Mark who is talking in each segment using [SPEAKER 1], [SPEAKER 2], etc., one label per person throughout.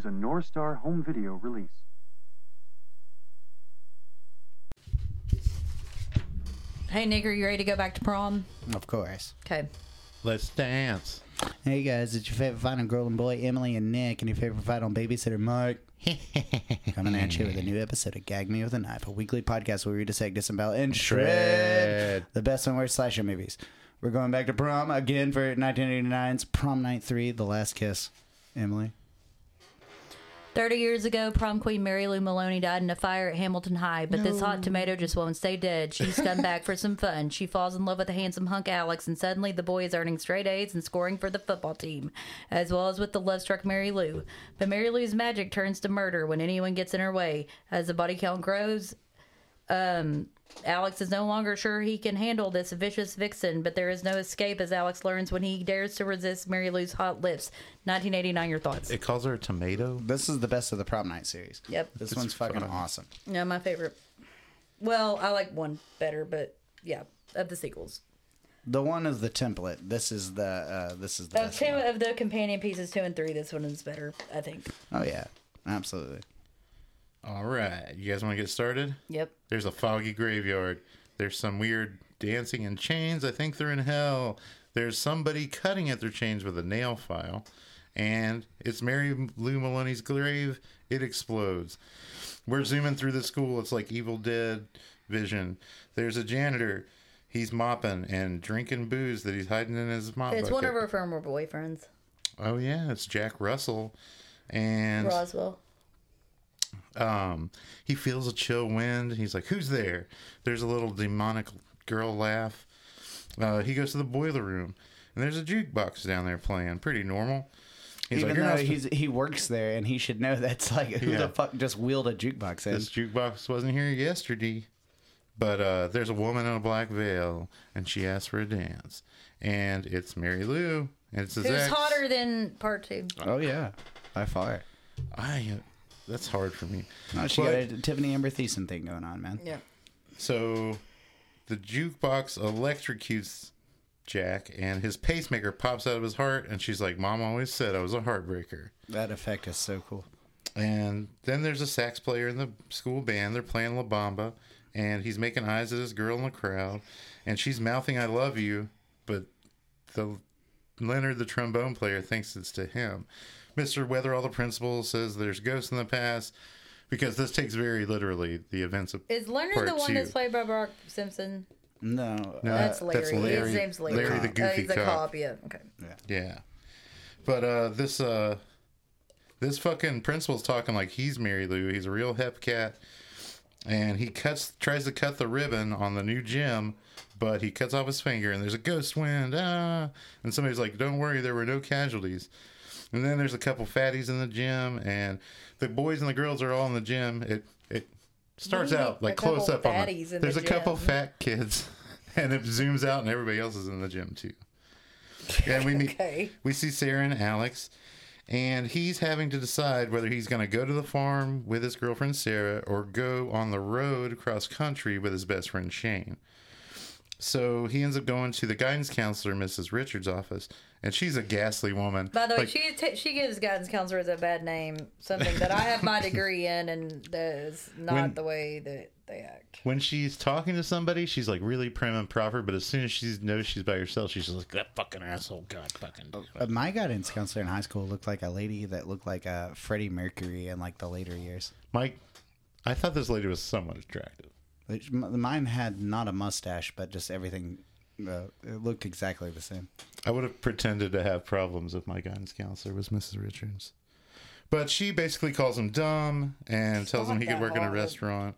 [SPEAKER 1] Four-star home video release.
[SPEAKER 2] Hey, nigger, you ready to go back to prom?
[SPEAKER 3] Of course.
[SPEAKER 2] Okay.
[SPEAKER 4] Let's dance.
[SPEAKER 3] Hey guys, it's your favorite fight on Girl and Boy, Emily and Nick, and your favorite fight on Babysitter Mark. Coming at you with a new episode of Gag Me with a Knife, a weekly podcast where we dissect, disembowel, and shred
[SPEAKER 4] Shred.
[SPEAKER 3] the best and worst slasher movies. We're going back to prom again for 1989's Prom Night 3, The Last Kiss. Emily?
[SPEAKER 2] 30 years ago, prom queen Mary Lou Maloney died in a fire at Hamilton High, but this hot tomato just won't stay dead. She's come back for some fun. She falls in love with the handsome hunk Alex, and suddenly the boy is earning straight A's and scoring for the football team, as well as with the love struck Mary Lou. But Mary Lou's magic turns to murder when anyone gets in her way. As the body count grows, um, Alex is no longer sure he can handle this vicious vixen, but there is no escape as Alex learns when he dares to resist Mary Lou's hot lips. 1989, your thoughts?
[SPEAKER 4] It calls her a tomato.
[SPEAKER 3] This is the best of the Prom Night series.
[SPEAKER 2] Yep.
[SPEAKER 3] This
[SPEAKER 4] It's
[SPEAKER 3] one's fucking
[SPEAKER 4] fun.
[SPEAKER 3] awesome.
[SPEAKER 2] No, my favorite. Well, I like one better, but yeah, of the sequels.
[SPEAKER 3] The one is the template. This is the uh, this is the
[SPEAKER 2] Of
[SPEAKER 3] best
[SPEAKER 2] two
[SPEAKER 3] one.
[SPEAKER 2] of the companion pieces, two and three, this one is better, I think.
[SPEAKER 3] Oh yeah, absolutely.
[SPEAKER 4] All right. You guys want to get started?
[SPEAKER 2] Yep.
[SPEAKER 4] There's a foggy graveyard. There's some weird dancing in chains. I think they're in hell. There's somebody cutting at their chains with a nail file. And it's Mary Lou Maloney's grave. It explodes. We're zooming through the school. It's like Evil Dead vision. There's a janitor. He's mopping and drinking booze that he's hiding in his mop
[SPEAKER 2] It's one of
[SPEAKER 4] bucket.
[SPEAKER 2] her former boyfriends,
[SPEAKER 4] Oh yeah, it's Jack Russell, and
[SPEAKER 2] Roswell.
[SPEAKER 4] um, he feels a chill wind. He's like, "Who's there?" There's a little demonic girl laugh. Uh, he goes to the boiler room, and there's a jukebox down there playing. Pretty normal. He's
[SPEAKER 3] Even
[SPEAKER 4] like, "You're not
[SPEAKER 3] though
[SPEAKER 4] sp-
[SPEAKER 3] he's he works there and he should know that's like who
[SPEAKER 4] Yeah.
[SPEAKER 3] the fuck just wheeled a jukebox in.
[SPEAKER 4] this jukebox wasn't here yesterday." But uh, there's a woman in a black veil, and she asks for a dance, and it's Mary Lou, and it's his
[SPEAKER 2] Who's
[SPEAKER 4] ex.
[SPEAKER 2] hotter than part two?
[SPEAKER 3] Oh yeah, by far.
[SPEAKER 4] I, uh, that's hard for me.
[SPEAKER 3] No, she
[SPEAKER 4] But-
[SPEAKER 3] got a Tiffany Amber Thiessen thing going on, man.
[SPEAKER 2] Yeah.
[SPEAKER 4] So the jukebox electrocutes Jack, and his pacemaker pops out of his heart, and she's like, Mom always said I was a heartbreaker.
[SPEAKER 3] That effect is so cool.
[SPEAKER 4] And then there's a sax player in the school band. They're playing La Bamba, and he's making eyes at this girl in the crowd, and she's mouthing "I love you," but the Leonard, the trombone player, thinks it's to him. Mister Weatherall, the principal, says there's ghosts in the past because this takes very literally the events of
[SPEAKER 2] Is Leonard
[SPEAKER 4] Part
[SPEAKER 2] the one
[SPEAKER 4] two.
[SPEAKER 2] that's played by Brock Simpson?
[SPEAKER 3] No,
[SPEAKER 4] No.
[SPEAKER 3] uh,
[SPEAKER 2] That's Larry.
[SPEAKER 4] that's Larry-
[SPEAKER 2] His name's Larry.
[SPEAKER 4] Larry the
[SPEAKER 2] oh,
[SPEAKER 4] goofy
[SPEAKER 2] he's a
[SPEAKER 4] cop.
[SPEAKER 2] cop, yeah. Okay.
[SPEAKER 4] Yeah. But uh this uh this fucking principal's talking like he's Mary Lou. He's a real hep cat. And he cuts tries to cut the ribbon on the new gym, but he cuts off his finger and there's a ghost wind. Ah and somebody's like, Don't worry, there were no casualties. And then there's a couple fatties in the gym and the boys and the girls are all in the gym. It it starts
[SPEAKER 2] do you
[SPEAKER 4] out
[SPEAKER 2] mean,
[SPEAKER 4] like
[SPEAKER 2] a couple
[SPEAKER 4] close up on them.
[SPEAKER 2] fatties in the
[SPEAKER 4] There's a couple
[SPEAKER 2] gym?
[SPEAKER 4] fat kids. And it zooms out and everybody else is in the gym too. And we meet
[SPEAKER 2] Okay.
[SPEAKER 4] we see Sarah and Alex, and he's having to decide whether he's going to go to the farm with his girlfriend Sarah or go on the road cross country with his best friend Shane. So he ends up going to the guidance counselor, Mrs. Richards' office, and she's a ghastly woman.
[SPEAKER 2] By the way,
[SPEAKER 4] Like,
[SPEAKER 2] she t- she gives guidance counselors a bad name, something that I have my degree in, and that is not
[SPEAKER 4] When-
[SPEAKER 2] the way that they act.
[SPEAKER 4] when she's talking to somebody, she's like really prim and proper, but as soon as she knows she's by herself, she's just like that fucking asshole, god fucking.
[SPEAKER 2] Oh.
[SPEAKER 3] uh, my guidance counselor in high school looked like a lady that looked like uh, Freddie Mercury in like the later years.
[SPEAKER 4] Mike, I thought this lady was somewhat attractive.
[SPEAKER 3] Which, m- mine had not a mustache, but just everything. Uh, it looked exactly the same.
[SPEAKER 4] I would have pretended to have problems if my guidance counselor was Mrs. Richards. But she basically calls him dumb and tells him he could
[SPEAKER 2] that
[SPEAKER 4] work in a
[SPEAKER 2] hard.
[SPEAKER 4] restaurant.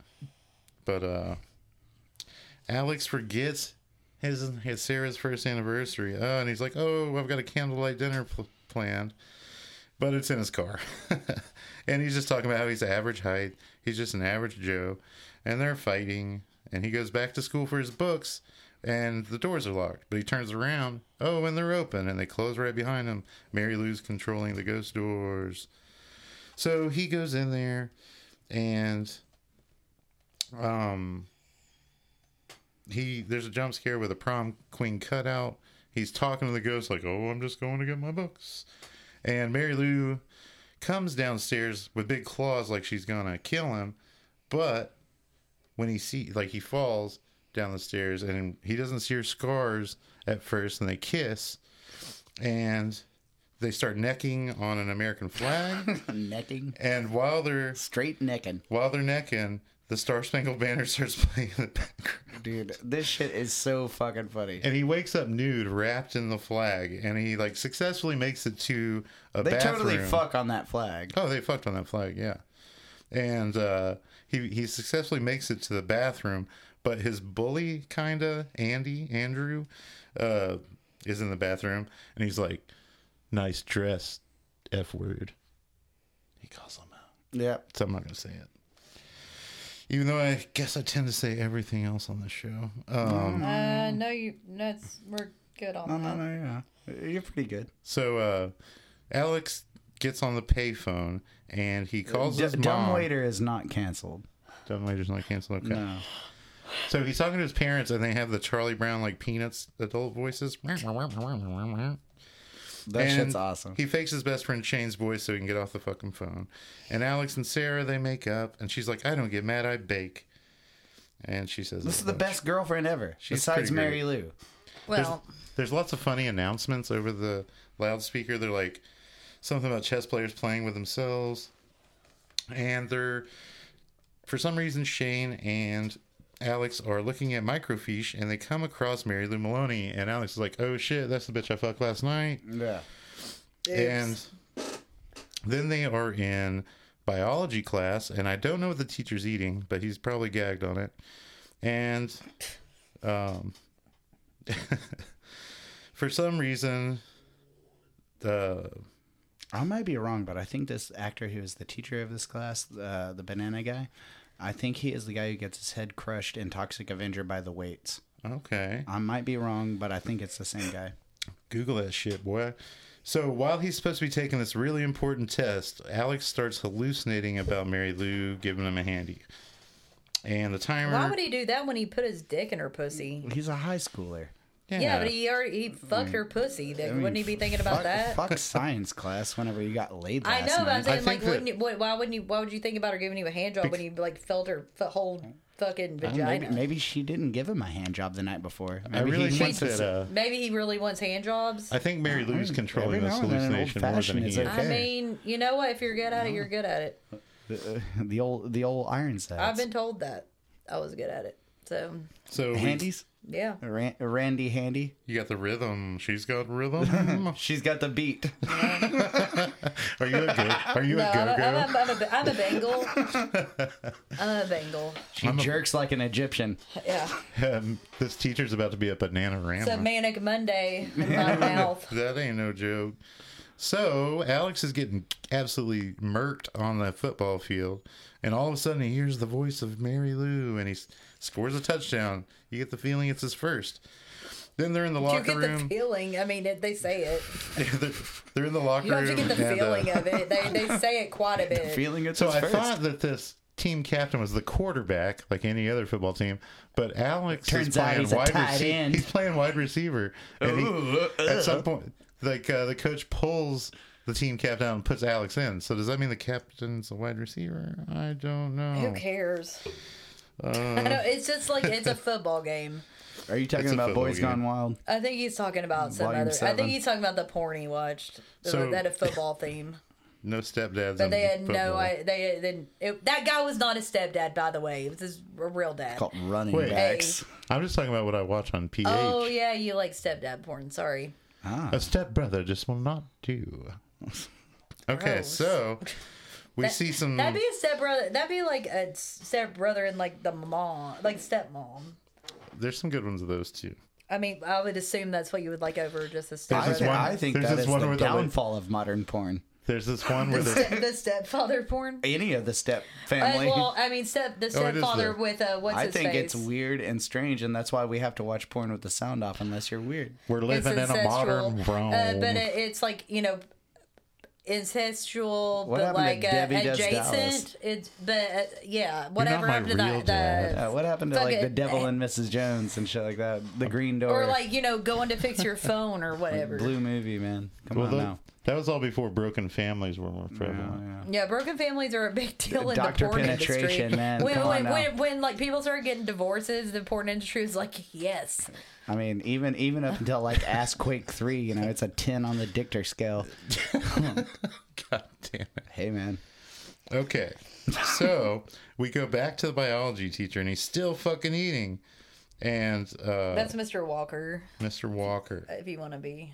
[SPEAKER 4] But uh Alex forgets his, his Sarah's first anniversary. Oh, and he's like, "Oh, I've got a candlelight dinner pl- planned." But it's in his car. and he's just talking about how he's average height. He's just an average Joe. And they're fighting. And he goes back to school for his books. And the doors are locked. But he turns around. Oh, and they're open. And they close right behind him. Mary Lou's controlling the ghost doors. So he goes in there. And. Um. He there's a jump scare with a prom queen cutout. He's talking to the ghost like, "Oh, I'm just going to get my books," and Mary Lou comes downstairs with big claws like she's gonna kill him, but when he see like he falls down the stairs and he doesn't see her scars at first, and they kiss, and they start necking on an American flag,
[SPEAKER 3] necking.
[SPEAKER 4] and while they're
[SPEAKER 3] Straight necking.
[SPEAKER 4] while they're necking, the Star Spangled Banner starts playing in the background.
[SPEAKER 3] Dude, this shit is so fucking funny.
[SPEAKER 4] And he wakes up nude, wrapped in the flag, and he like successfully makes it to a
[SPEAKER 3] They
[SPEAKER 4] bathroom.
[SPEAKER 3] totally fuck on that flag.
[SPEAKER 4] Oh, they fucked on that flag, yeah. And uh, he he successfully makes it to the bathroom, but his bully kinda Andy Andrew uh, is in the bathroom, and he's like, "Nice dress, f word." He calls him out,
[SPEAKER 3] Yep.
[SPEAKER 4] so I'm not gonna say it. Even though I guess I tend to say everything else on this show. Um,
[SPEAKER 2] Uh, no, you. No, it's, we're good on
[SPEAKER 3] No,
[SPEAKER 2] that.
[SPEAKER 3] no, no, yeah. You're pretty good.
[SPEAKER 4] So uh, Alex gets on the payphone and he calls
[SPEAKER 3] D-
[SPEAKER 4] his mom.
[SPEAKER 3] Dumb waiter is not canceled.
[SPEAKER 4] Dumbwaiter's not canceled. Okay.
[SPEAKER 3] No.
[SPEAKER 4] So he's talking to his parents, and they have the Charlie Brown like Peanuts adult voices. That
[SPEAKER 3] That shit's awesome.
[SPEAKER 4] He fakes his best friend Shane's voice so he can get off the fucking phone. And Alex and Sarah they make up, and she's like, "I don't get mad, I bake." And she says,
[SPEAKER 3] this is the
[SPEAKER 4] "Oh."
[SPEAKER 3] best girlfriend ever.
[SPEAKER 4] She's
[SPEAKER 3] besides
[SPEAKER 4] pretty
[SPEAKER 3] Mary
[SPEAKER 4] great.
[SPEAKER 3] Lou.
[SPEAKER 4] There's,
[SPEAKER 2] Well,
[SPEAKER 4] there's lots of funny announcements over the loudspeaker. They're like something about chess players playing with themselves, and they're for some reason Shane and Alex are looking at microfiche, and they come across Mary Lou Maloney, and Alex is like, "Oh shit, that's the bitch I fucked last night."
[SPEAKER 3] Yeah.
[SPEAKER 4] And then they are in biology class, and I don't know what the teacher's eating, but he's probably gagged on it. And um, for some reason, the
[SPEAKER 3] I might be wrong, but I think this actor who is the teacher of this class, uh, the banana guy, I think he is the guy who gets his head crushed in Toxic Avenger by the weights.
[SPEAKER 4] okay,
[SPEAKER 3] I might be wrong, but I think it's the same guy.
[SPEAKER 4] Google that shit, boy. So while he's supposed to be taking this really important test, Alex starts hallucinating about Mary Lou giving him a handy. And the timer.
[SPEAKER 2] why would he do that when he put his dick in her pussy?
[SPEAKER 3] He's a high schooler.
[SPEAKER 4] Yeah,
[SPEAKER 2] Yeah, but he already he fucked her pussy. That, wouldn't he be thinking about
[SPEAKER 3] fuck,
[SPEAKER 2] that?
[SPEAKER 3] Fuck science class whenever you got laid
[SPEAKER 2] I
[SPEAKER 3] last
[SPEAKER 2] know, but I'm
[SPEAKER 3] night.
[SPEAKER 4] I
[SPEAKER 2] saying like,
[SPEAKER 4] think that-
[SPEAKER 2] wouldn't you, why wouldn't you? Why would you think about her giving you a hand job when you like felt her f- whole fucking
[SPEAKER 3] I don't know,
[SPEAKER 2] vagina?
[SPEAKER 3] maybe, maybe she didn't give him a hand job the night before. Maybe
[SPEAKER 4] I really
[SPEAKER 3] he
[SPEAKER 4] think
[SPEAKER 3] wants to
[SPEAKER 4] that.
[SPEAKER 3] say-
[SPEAKER 4] Uh,
[SPEAKER 2] Maybe he really wants hand jobs.
[SPEAKER 4] I think Mary Lou's
[SPEAKER 3] every
[SPEAKER 4] controlling this
[SPEAKER 3] now and then an
[SPEAKER 4] hallucination more
[SPEAKER 3] old-fashioned
[SPEAKER 4] than he
[SPEAKER 3] is
[SPEAKER 4] is.
[SPEAKER 3] okay.
[SPEAKER 2] I mean, you know what? If you're good at it, you're good at it.
[SPEAKER 4] uh,
[SPEAKER 3] the, the old the old iron sets.
[SPEAKER 2] I've been told that I was good at it. So
[SPEAKER 4] So we-
[SPEAKER 3] Handy's
[SPEAKER 2] yeah,
[SPEAKER 3] Ran- Randy Handy.
[SPEAKER 4] you got the rhythm. She's got rhythm.
[SPEAKER 3] She's got the beat.
[SPEAKER 4] Are you a go? Are you
[SPEAKER 2] no,
[SPEAKER 4] a
[SPEAKER 2] I'm a, I'm,
[SPEAKER 4] go-go?
[SPEAKER 2] a, I'm, a, I'm a Bengal. I'm a Bengal.
[SPEAKER 3] She jerks like an Egyptian.
[SPEAKER 2] Yeah,
[SPEAKER 4] Um, this teacher's about to be a banana
[SPEAKER 2] it's a
[SPEAKER 4] rama.
[SPEAKER 2] manic Monday in my mouth.
[SPEAKER 4] That ain't no joke. So Alex is getting absolutely murked on the football field, and all of a sudden he hears the voice of Mary Lou, and he s- scores a touchdown. You get the feeling it's his first. Then they're in the
[SPEAKER 2] You
[SPEAKER 4] locker
[SPEAKER 2] get the
[SPEAKER 4] room.
[SPEAKER 2] feeling. I mean, it, they say it.
[SPEAKER 4] they're, they're in the locker
[SPEAKER 2] You don't
[SPEAKER 4] room.
[SPEAKER 2] have to get the
[SPEAKER 4] and, uh,
[SPEAKER 2] feeling of it. They, they say it quite a bit.
[SPEAKER 3] Feeling it's
[SPEAKER 4] So
[SPEAKER 3] his
[SPEAKER 4] I
[SPEAKER 3] first.
[SPEAKER 4] thought that this team captain was the quarterback, like any other football team, but Alex is
[SPEAKER 3] Turns out
[SPEAKER 4] playing
[SPEAKER 3] he's a
[SPEAKER 4] wide
[SPEAKER 3] tight
[SPEAKER 4] receiver.
[SPEAKER 3] end.
[SPEAKER 4] He's playing wide receiver, and
[SPEAKER 3] Ooh,
[SPEAKER 4] he, at some point, like uh, the coach pulls the team captain out and puts Alex in. So does that mean the captain's a wide receiver? I don't
[SPEAKER 2] Who
[SPEAKER 4] know.
[SPEAKER 2] cares?
[SPEAKER 4] Uh,
[SPEAKER 2] I don't, it's just like it's a football game.
[SPEAKER 3] Are you
[SPEAKER 4] It's
[SPEAKER 3] talking
[SPEAKER 4] a
[SPEAKER 3] about
[SPEAKER 4] football
[SPEAKER 3] Boys
[SPEAKER 4] game.
[SPEAKER 3] Gone Wild?
[SPEAKER 2] I think he's talking about some
[SPEAKER 3] Volume
[SPEAKER 2] other. I
[SPEAKER 3] seven.
[SPEAKER 2] think he's talking about the porn he watched.
[SPEAKER 4] So-
[SPEAKER 2] that a football theme.
[SPEAKER 4] No stepdads.
[SPEAKER 2] But they had no.
[SPEAKER 4] football.
[SPEAKER 2] I, they then it, that guy was not his stepdad, by the way. It was his r- real dad.
[SPEAKER 3] Called Running
[SPEAKER 4] Wait.
[SPEAKER 3] Backs.
[SPEAKER 4] I'm just talking about what I watch on PH.
[SPEAKER 2] Oh yeah, you like stepdad porn? Sorry.
[SPEAKER 4] A stepbrother just will not do. Okay,
[SPEAKER 2] Gross.
[SPEAKER 4] so we see some.
[SPEAKER 2] That'd be a stepbrother. That'd be like a stepbrother and like the mom, like stepmom.
[SPEAKER 4] There's some good ones of those too.
[SPEAKER 2] I mean, I would assume that's what you would like over just a
[SPEAKER 3] I,
[SPEAKER 4] There's
[SPEAKER 2] stepbrother.
[SPEAKER 4] this one-
[SPEAKER 3] I think
[SPEAKER 4] there's
[SPEAKER 3] that
[SPEAKER 4] this
[SPEAKER 3] is
[SPEAKER 4] one
[SPEAKER 3] the
[SPEAKER 4] where the lady-
[SPEAKER 3] downfall of modern porn.
[SPEAKER 4] There's this one where the
[SPEAKER 2] the stepfather porn.
[SPEAKER 3] Any of the step
[SPEAKER 2] Uh,
[SPEAKER 3] family.
[SPEAKER 2] well, I mean, step the
[SPEAKER 4] Oh, it is
[SPEAKER 2] stepfather
[SPEAKER 4] there.
[SPEAKER 2] with uh, what's
[SPEAKER 3] I
[SPEAKER 2] his
[SPEAKER 3] think
[SPEAKER 2] face?
[SPEAKER 3] it's weird and strange, and that's why we have to watch porn with the sound off unless you're weird.
[SPEAKER 4] we're living in a
[SPEAKER 2] incestual.
[SPEAKER 4] modern Rome.
[SPEAKER 2] Uh, but it, it's like you know, incestual,
[SPEAKER 3] What
[SPEAKER 2] but
[SPEAKER 3] happened
[SPEAKER 2] like
[SPEAKER 3] to
[SPEAKER 2] uh,
[SPEAKER 3] Debbie Does Dallas?
[SPEAKER 2] adjacent. It's but uh, yeah, whatever
[SPEAKER 4] my
[SPEAKER 2] happened to
[SPEAKER 4] real
[SPEAKER 2] that?
[SPEAKER 4] dad.
[SPEAKER 3] Uh,
[SPEAKER 2] The,
[SPEAKER 3] what happened to
[SPEAKER 2] Fuck
[SPEAKER 3] like
[SPEAKER 2] it. Eh.
[SPEAKER 3] the devil and Mrs. Jones and shit like that? The Green Door,
[SPEAKER 2] or like you know, going to fix your phone or whatever.
[SPEAKER 3] Blue Movie, man. Come
[SPEAKER 4] Well,
[SPEAKER 3] on
[SPEAKER 4] tho-
[SPEAKER 3] now.
[SPEAKER 4] That was all before broken families were more prevalent.
[SPEAKER 2] Yeah, broken families are a big deal in
[SPEAKER 3] Doctor
[SPEAKER 2] the porn
[SPEAKER 3] penetration,
[SPEAKER 2] industry.
[SPEAKER 3] man,
[SPEAKER 2] When,
[SPEAKER 3] come
[SPEAKER 2] when,
[SPEAKER 3] on
[SPEAKER 2] when, when like people start getting divorces, the porn industry is like, yes,
[SPEAKER 3] I mean, even even up until like Ass Quake three, you know, it's a ten on the Dichter scale.
[SPEAKER 4] God damn it.
[SPEAKER 3] Hey, man.
[SPEAKER 4] Okay. So we go back to the biology teacher and he's still fucking eating. And uh,
[SPEAKER 2] that's Mr. Walker.
[SPEAKER 4] Mr. Walker.
[SPEAKER 2] If you want to be,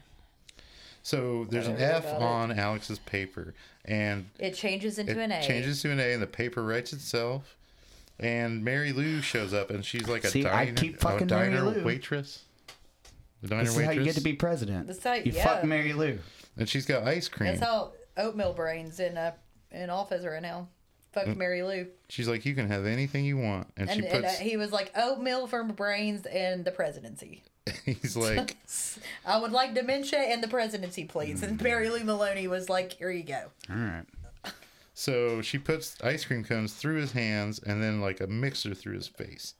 [SPEAKER 4] So there's an
[SPEAKER 2] Whatever
[SPEAKER 4] F
[SPEAKER 2] about it.
[SPEAKER 4] on Alex's paper. And
[SPEAKER 2] it changes into
[SPEAKER 4] it
[SPEAKER 2] an A.
[SPEAKER 4] changes to an A and the paper writes itself. And Mary Lou shows up and she's like a
[SPEAKER 3] See, I
[SPEAKER 4] diner,
[SPEAKER 3] keep
[SPEAKER 4] a
[SPEAKER 3] fucking Mary
[SPEAKER 4] diner
[SPEAKER 3] Lou.
[SPEAKER 4] waitress. The diner
[SPEAKER 3] This is how
[SPEAKER 4] waitress.
[SPEAKER 3] you get to be president.
[SPEAKER 2] This is how-
[SPEAKER 3] you
[SPEAKER 2] yeah.
[SPEAKER 3] fuck Mary Lou.
[SPEAKER 4] And she's got ice cream.
[SPEAKER 2] That's how oatmeal brains in uh, in office right now.
[SPEAKER 4] Mm.
[SPEAKER 2] Fuck Mary Lou,
[SPEAKER 4] She's like, you can have anything you want. And,
[SPEAKER 2] and,
[SPEAKER 4] she
[SPEAKER 2] and, uh,
[SPEAKER 4] puts,
[SPEAKER 2] he was like oatmeal from brains and the presidency.
[SPEAKER 4] he's like,
[SPEAKER 2] I would like dementia and the presidency, please.
[SPEAKER 4] Mm.
[SPEAKER 2] And Mary Lou Maloney was like, here you go.
[SPEAKER 3] All right.
[SPEAKER 4] so she puts ice cream cones through his hands and then like a mixer through his face.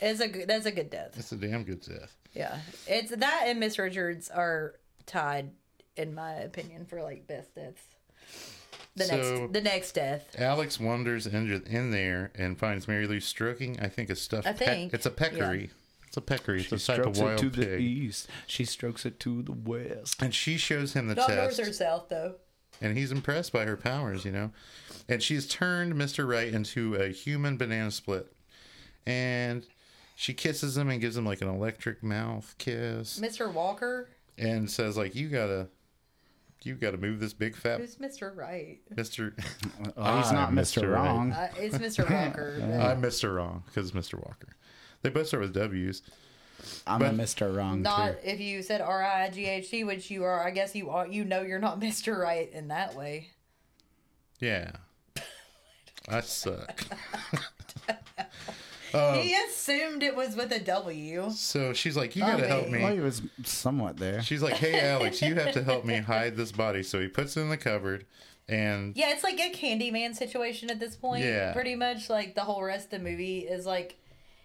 [SPEAKER 2] It's a good, that's a good death.
[SPEAKER 4] That's a damn good death.
[SPEAKER 2] Yeah, it's that and Miss Richards are tied, in my opinion, for like best deaths. The
[SPEAKER 4] So-
[SPEAKER 2] next, the next death.
[SPEAKER 4] Alex wanders in, in there and finds Mary Lou stroking, I think, a stuffed
[SPEAKER 2] I
[SPEAKER 4] pe-
[SPEAKER 2] think,
[SPEAKER 4] it's a peccary.
[SPEAKER 2] yeah.
[SPEAKER 4] It's a peccary. it's a type of wild pig.
[SPEAKER 3] east. She strokes it to the west.
[SPEAKER 4] And she shows him the
[SPEAKER 2] Not
[SPEAKER 4] test.
[SPEAKER 2] north or south though.
[SPEAKER 4] and he's impressed by her powers, you know. And she's turned Mr. Wright into a human banana split. And she kisses him and gives him like an electric mouth kiss
[SPEAKER 2] Mr. Walker,
[SPEAKER 4] and says like you got to you got to move this big fat
[SPEAKER 2] who's Mr. Right?
[SPEAKER 4] Mr.
[SPEAKER 3] Oh, he's not
[SPEAKER 4] I'm
[SPEAKER 3] Mr.
[SPEAKER 4] Mr.
[SPEAKER 3] Wrong.
[SPEAKER 2] Uh, it's Mr. Walker. but-
[SPEAKER 4] I'm Mr. Wrong cuz Mr. Walker. They both start with W's.
[SPEAKER 3] I'm a Mr. Wrong.
[SPEAKER 2] Not
[SPEAKER 3] too.
[SPEAKER 2] if you said R I G H T, which you are. I guess you are. You know you're not Mr. Right in that way.
[SPEAKER 4] Yeah. I suck. Oh.
[SPEAKER 2] he assumed it was with a W.
[SPEAKER 4] So she's like you got to help me.
[SPEAKER 3] Well, he was somewhat there.
[SPEAKER 4] She's like, "Hey, Alex, you have to help me hide this body." So he puts it in the cupboard, and
[SPEAKER 2] Yeah, it's like a Candyman situation at this point.
[SPEAKER 4] Yeah.
[SPEAKER 2] Pretty much like the whole rest of the movie is like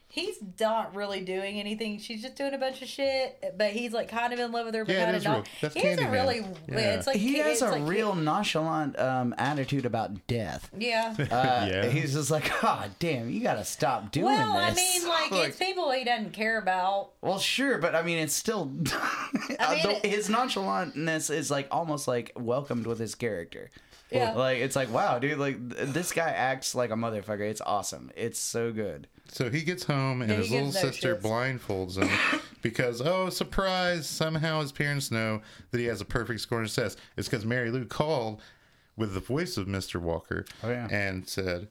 [SPEAKER 2] he's not really doing anything. She's just doing a bunch of shit, but he's like kind of in love with her, but
[SPEAKER 4] Yeah, it
[SPEAKER 2] kind of
[SPEAKER 4] is
[SPEAKER 2] not.
[SPEAKER 4] real- that's
[SPEAKER 2] he doesn't
[SPEAKER 4] Candyman.
[SPEAKER 2] really.
[SPEAKER 4] Yeah.
[SPEAKER 2] It's like
[SPEAKER 3] he has
[SPEAKER 2] it's
[SPEAKER 3] a
[SPEAKER 2] like-
[SPEAKER 3] real nonchalant um, attitude about death.
[SPEAKER 2] Yeah.
[SPEAKER 3] Uh,
[SPEAKER 4] Yeah.
[SPEAKER 3] He's just like, oh, damn, you got to stop doing
[SPEAKER 2] Well, I
[SPEAKER 3] this.
[SPEAKER 2] mean, like,
[SPEAKER 4] Like-
[SPEAKER 2] it's people he doesn't care about.
[SPEAKER 3] well, sure, but I mean, it's still. uh,
[SPEAKER 2] I mean-
[SPEAKER 3] the- his nonchalantness is like almost like welcomed with his character.
[SPEAKER 2] Yeah.
[SPEAKER 3] Like, it's like, wow, dude, like, th- this guy acts like a motherfucker. It's awesome. It's so good.
[SPEAKER 4] so he gets home, and
[SPEAKER 2] Yeah, he
[SPEAKER 4] his little
[SPEAKER 2] gives no
[SPEAKER 4] sister
[SPEAKER 2] shits.
[SPEAKER 4] blindfolds him because, oh, surprise! Somehow his parents know that he has a perfect score in his test. It's because Mary Lou called with the voice of Mister Walker
[SPEAKER 3] Oh, yeah.
[SPEAKER 4] and said,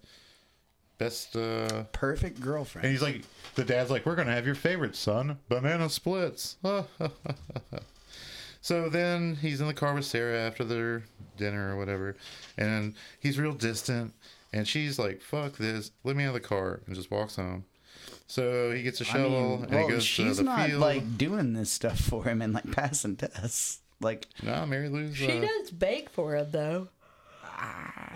[SPEAKER 4] "Best." uh
[SPEAKER 3] Perfect girlfriend.
[SPEAKER 4] And he's like, the dad's like, "We're gonna have your favorite son, banana splits." So then he's in the car with Sarah after their dinner or whatever, and he's real distant, and she's like, "Fuck this, let me out of the car," and just walks home. So he gets a
[SPEAKER 3] I
[SPEAKER 4] shovel
[SPEAKER 3] mean,
[SPEAKER 4] and
[SPEAKER 3] well,
[SPEAKER 4] he goes to
[SPEAKER 3] she's
[SPEAKER 4] the
[SPEAKER 3] not
[SPEAKER 4] field.
[SPEAKER 3] like doing this stuff for him and like passing tests. Like,
[SPEAKER 4] nah, Mary Lou's.
[SPEAKER 2] She
[SPEAKER 4] uh,
[SPEAKER 2] does bake for him though.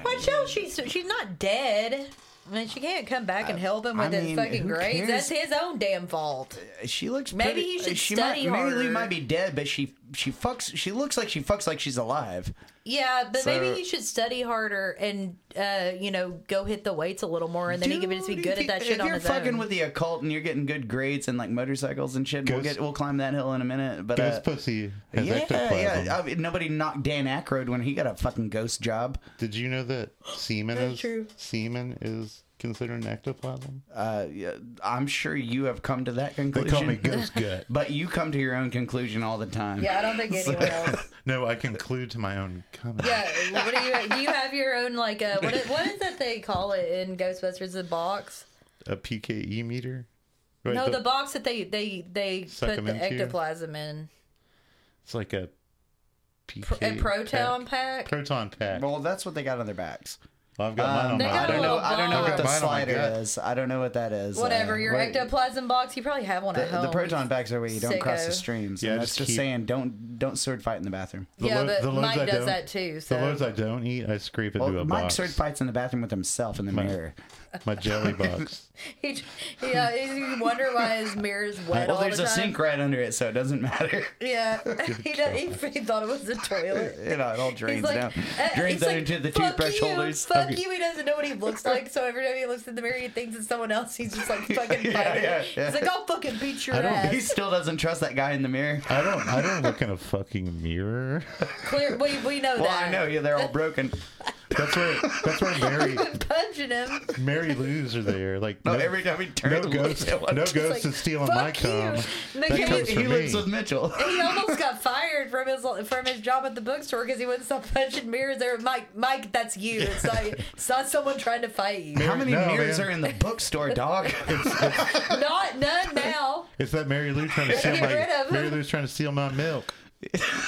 [SPEAKER 2] Watch out! She's she's not dead. I mean, she can't come back and help him
[SPEAKER 3] I
[SPEAKER 2] with
[SPEAKER 3] mean,
[SPEAKER 2] his fucking
[SPEAKER 3] who
[SPEAKER 2] grades.
[SPEAKER 3] cares?
[SPEAKER 2] That's his own damn fault.
[SPEAKER 3] she looks.
[SPEAKER 2] Maybe
[SPEAKER 3] pretty-
[SPEAKER 2] he should
[SPEAKER 3] she
[SPEAKER 2] study
[SPEAKER 3] might, Mary Lou
[SPEAKER 2] harder.
[SPEAKER 3] might be dead, but she she fucks. She looks like she fucks like she's alive.
[SPEAKER 2] Yeah, but
[SPEAKER 3] So-
[SPEAKER 2] maybe he should study harder and uh, you know go hit the weights a little more, and then he
[SPEAKER 3] Dude,
[SPEAKER 2] could just be
[SPEAKER 3] if
[SPEAKER 2] good at
[SPEAKER 3] you-
[SPEAKER 2] that shit
[SPEAKER 3] if
[SPEAKER 2] on
[SPEAKER 3] you're
[SPEAKER 2] his
[SPEAKER 3] fucking
[SPEAKER 2] own.
[SPEAKER 3] with the occult and you're getting good grades and like motorcycles and shit, we'll
[SPEAKER 4] Goes-
[SPEAKER 3] get we'll climb that hill in a minute. But
[SPEAKER 4] Ghost
[SPEAKER 3] uh,
[SPEAKER 4] pussy has
[SPEAKER 3] yeah,
[SPEAKER 4] ectoplasm.
[SPEAKER 3] yeah. I mean, nobody knocked Dan Aykroyd when he got a fucking ghost job.
[SPEAKER 4] Did you know that semen
[SPEAKER 2] That's
[SPEAKER 4] is
[SPEAKER 2] true.
[SPEAKER 4] semen is considered an ectoplasm?
[SPEAKER 3] Uh, yeah, I'm sure you have come to that conclusion.
[SPEAKER 4] ghost gut.
[SPEAKER 3] but you come to your own conclusion all the time.
[SPEAKER 2] yeah, I don't think anyone else.
[SPEAKER 4] No, I conclude to my own comment.
[SPEAKER 2] Yeah, what do you do? You have your own like uh, what is, what is that they call it in Ghostbusters? The box?
[SPEAKER 4] A PKE meter. Right,
[SPEAKER 2] No,
[SPEAKER 4] the-
[SPEAKER 2] the box that they they they
[SPEAKER 4] Suck
[SPEAKER 2] put
[SPEAKER 4] 'em
[SPEAKER 2] the
[SPEAKER 4] into you?
[SPEAKER 2] ectoplasm in.
[SPEAKER 4] It's like a
[SPEAKER 2] Pr-
[SPEAKER 4] PK
[SPEAKER 2] a proton
[SPEAKER 4] pack.
[SPEAKER 2] pack.
[SPEAKER 4] Proton pack.
[SPEAKER 3] Well, that's what they got on their backs. Um,
[SPEAKER 4] Well, I've got mine on
[SPEAKER 2] They
[SPEAKER 4] my.
[SPEAKER 2] got
[SPEAKER 3] I don't know. I don't know
[SPEAKER 2] I've
[SPEAKER 3] what
[SPEAKER 4] got
[SPEAKER 3] the
[SPEAKER 4] mine on my
[SPEAKER 3] slider
[SPEAKER 4] gut.
[SPEAKER 3] is. I don't know what that is.
[SPEAKER 2] Whatever
[SPEAKER 3] Uh,
[SPEAKER 2] your
[SPEAKER 3] wait,
[SPEAKER 2] ectoplasm box, you probably have one
[SPEAKER 3] The,
[SPEAKER 2] at home.
[SPEAKER 3] the proton packs are where you don't cross the
[SPEAKER 2] Sicko.
[SPEAKER 3] streams.
[SPEAKER 4] Yeah,
[SPEAKER 3] and that's
[SPEAKER 4] just
[SPEAKER 3] just
[SPEAKER 4] keep-
[SPEAKER 3] saying don't don't sword fight in the bathroom.
[SPEAKER 4] The
[SPEAKER 2] yeah,
[SPEAKER 4] lo-
[SPEAKER 2] but
[SPEAKER 4] the loads I
[SPEAKER 2] Mike does
[SPEAKER 4] don't-
[SPEAKER 2] that too.
[SPEAKER 4] The
[SPEAKER 2] So
[SPEAKER 4] loads I don't eat, I scrape into
[SPEAKER 3] Well,
[SPEAKER 4] a
[SPEAKER 3] Mike
[SPEAKER 4] box.
[SPEAKER 3] sword fights in the bathroom with himself in the mirror.
[SPEAKER 4] My jelly box.
[SPEAKER 2] he, yeah, you wonder why his mirror's wet
[SPEAKER 3] Well,
[SPEAKER 2] all
[SPEAKER 3] there's
[SPEAKER 2] the
[SPEAKER 3] a
[SPEAKER 2] time.
[SPEAKER 3] sink right under it, so it doesn't matter.
[SPEAKER 2] Yeah, he, does, he, he thought it was a toilet.
[SPEAKER 3] You know, it all drains
[SPEAKER 2] He's like,
[SPEAKER 3] down.
[SPEAKER 2] uh,
[SPEAKER 3] Drains
[SPEAKER 2] he's
[SPEAKER 3] down
[SPEAKER 2] like,
[SPEAKER 3] into the
[SPEAKER 2] "Fuck
[SPEAKER 3] toothbrush
[SPEAKER 2] you,
[SPEAKER 3] holders.
[SPEAKER 2] Fuck
[SPEAKER 3] Okay.
[SPEAKER 2] you! He doesn't know what he looks like, so every time he looks in the mirror, he thinks it's someone else. He's just like fucking fighting.
[SPEAKER 3] Yeah, yeah, yeah.
[SPEAKER 2] He's like, "I'll fucking beat your
[SPEAKER 4] I don't-
[SPEAKER 3] He
[SPEAKER 2] ass."
[SPEAKER 3] still doesn't trust that guy in the mirror.
[SPEAKER 4] I don't. I don't look in a fucking mirror.
[SPEAKER 2] Clear, we we know
[SPEAKER 3] Well,
[SPEAKER 2] that.
[SPEAKER 3] I know, yeah, they're all broken.
[SPEAKER 4] That's where. That's where Mary,
[SPEAKER 2] Punching him.
[SPEAKER 4] Mary Lou's are there. Like
[SPEAKER 3] No,
[SPEAKER 4] no,
[SPEAKER 3] every time he
[SPEAKER 4] no
[SPEAKER 3] turns,
[SPEAKER 4] ghost.
[SPEAKER 3] he,
[SPEAKER 4] No ghost
[SPEAKER 2] like,
[SPEAKER 4] is stealing
[SPEAKER 2] "Fuck
[SPEAKER 4] my cum.
[SPEAKER 2] you."
[SPEAKER 4] That
[SPEAKER 2] Nigga,
[SPEAKER 4] comes
[SPEAKER 2] he-
[SPEAKER 4] from
[SPEAKER 3] he lives
[SPEAKER 4] me.
[SPEAKER 3] with Mitchell.
[SPEAKER 2] He almost got fired from his from his job at the bookstore because he wouldn't stop punching mirrors. There, Mike, Mike, that's you. It's not it's not someone trying to fight you.
[SPEAKER 3] How many
[SPEAKER 4] No,
[SPEAKER 3] mirrors
[SPEAKER 4] man.
[SPEAKER 3] are in the bookstore, dog?
[SPEAKER 2] Not none now.
[SPEAKER 4] It's that Mary Lou trying to steal
[SPEAKER 2] Get rid
[SPEAKER 4] my.
[SPEAKER 2] of
[SPEAKER 4] Mary
[SPEAKER 2] him.
[SPEAKER 4] Lou's trying to steal my milk.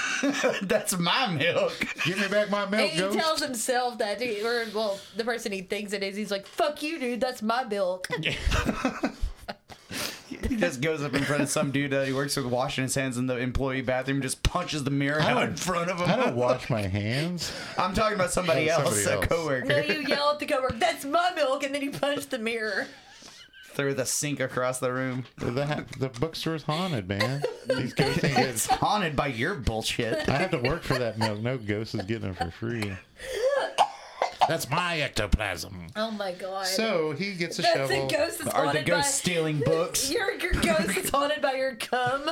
[SPEAKER 3] That's my milk.
[SPEAKER 4] Give me back my
[SPEAKER 2] And
[SPEAKER 4] milk,
[SPEAKER 2] he
[SPEAKER 4] ghost.
[SPEAKER 2] tells himself that, dude, or well, the person he thinks it is, he's like, "Fuck you, dude. That's my milk."
[SPEAKER 3] He just goes up in front of some dude that he works with, washing his hands in the employee bathroom, just punches the mirror out in front of him.
[SPEAKER 4] I don't wash my hands.
[SPEAKER 3] I'm talking about somebody
[SPEAKER 4] Oh,
[SPEAKER 3] else,
[SPEAKER 4] somebody
[SPEAKER 3] a
[SPEAKER 4] else.
[SPEAKER 3] coworker,
[SPEAKER 2] No, you yell at the coworker, "That's my milk," and then you punch the mirror.
[SPEAKER 3] through the sink across the room,
[SPEAKER 4] The, ha- the bookstore's haunted, man. These ghost ain't getting
[SPEAKER 3] haunted by your bullshit.
[SPEAKER 4] I have to work for that milk. No ghost is getting it for free. That's my ectoplasm.
[SPEAKER 2] Oh my god.
[SPEAKER 4] So he gets a
[SPEAKER 2] that's
[SPEAKER 4] shovel.
[SPEAKER 2] a ghost that's
[SPEAKER 3] Are the
[SPEAKER 2] haunted
[SPEAKER 3] ghosts
[SPEAKER 2] by.
[SPEAKER 3] stealing books?
[SPEAKER 2] Your, your ghost is haunted by your cum.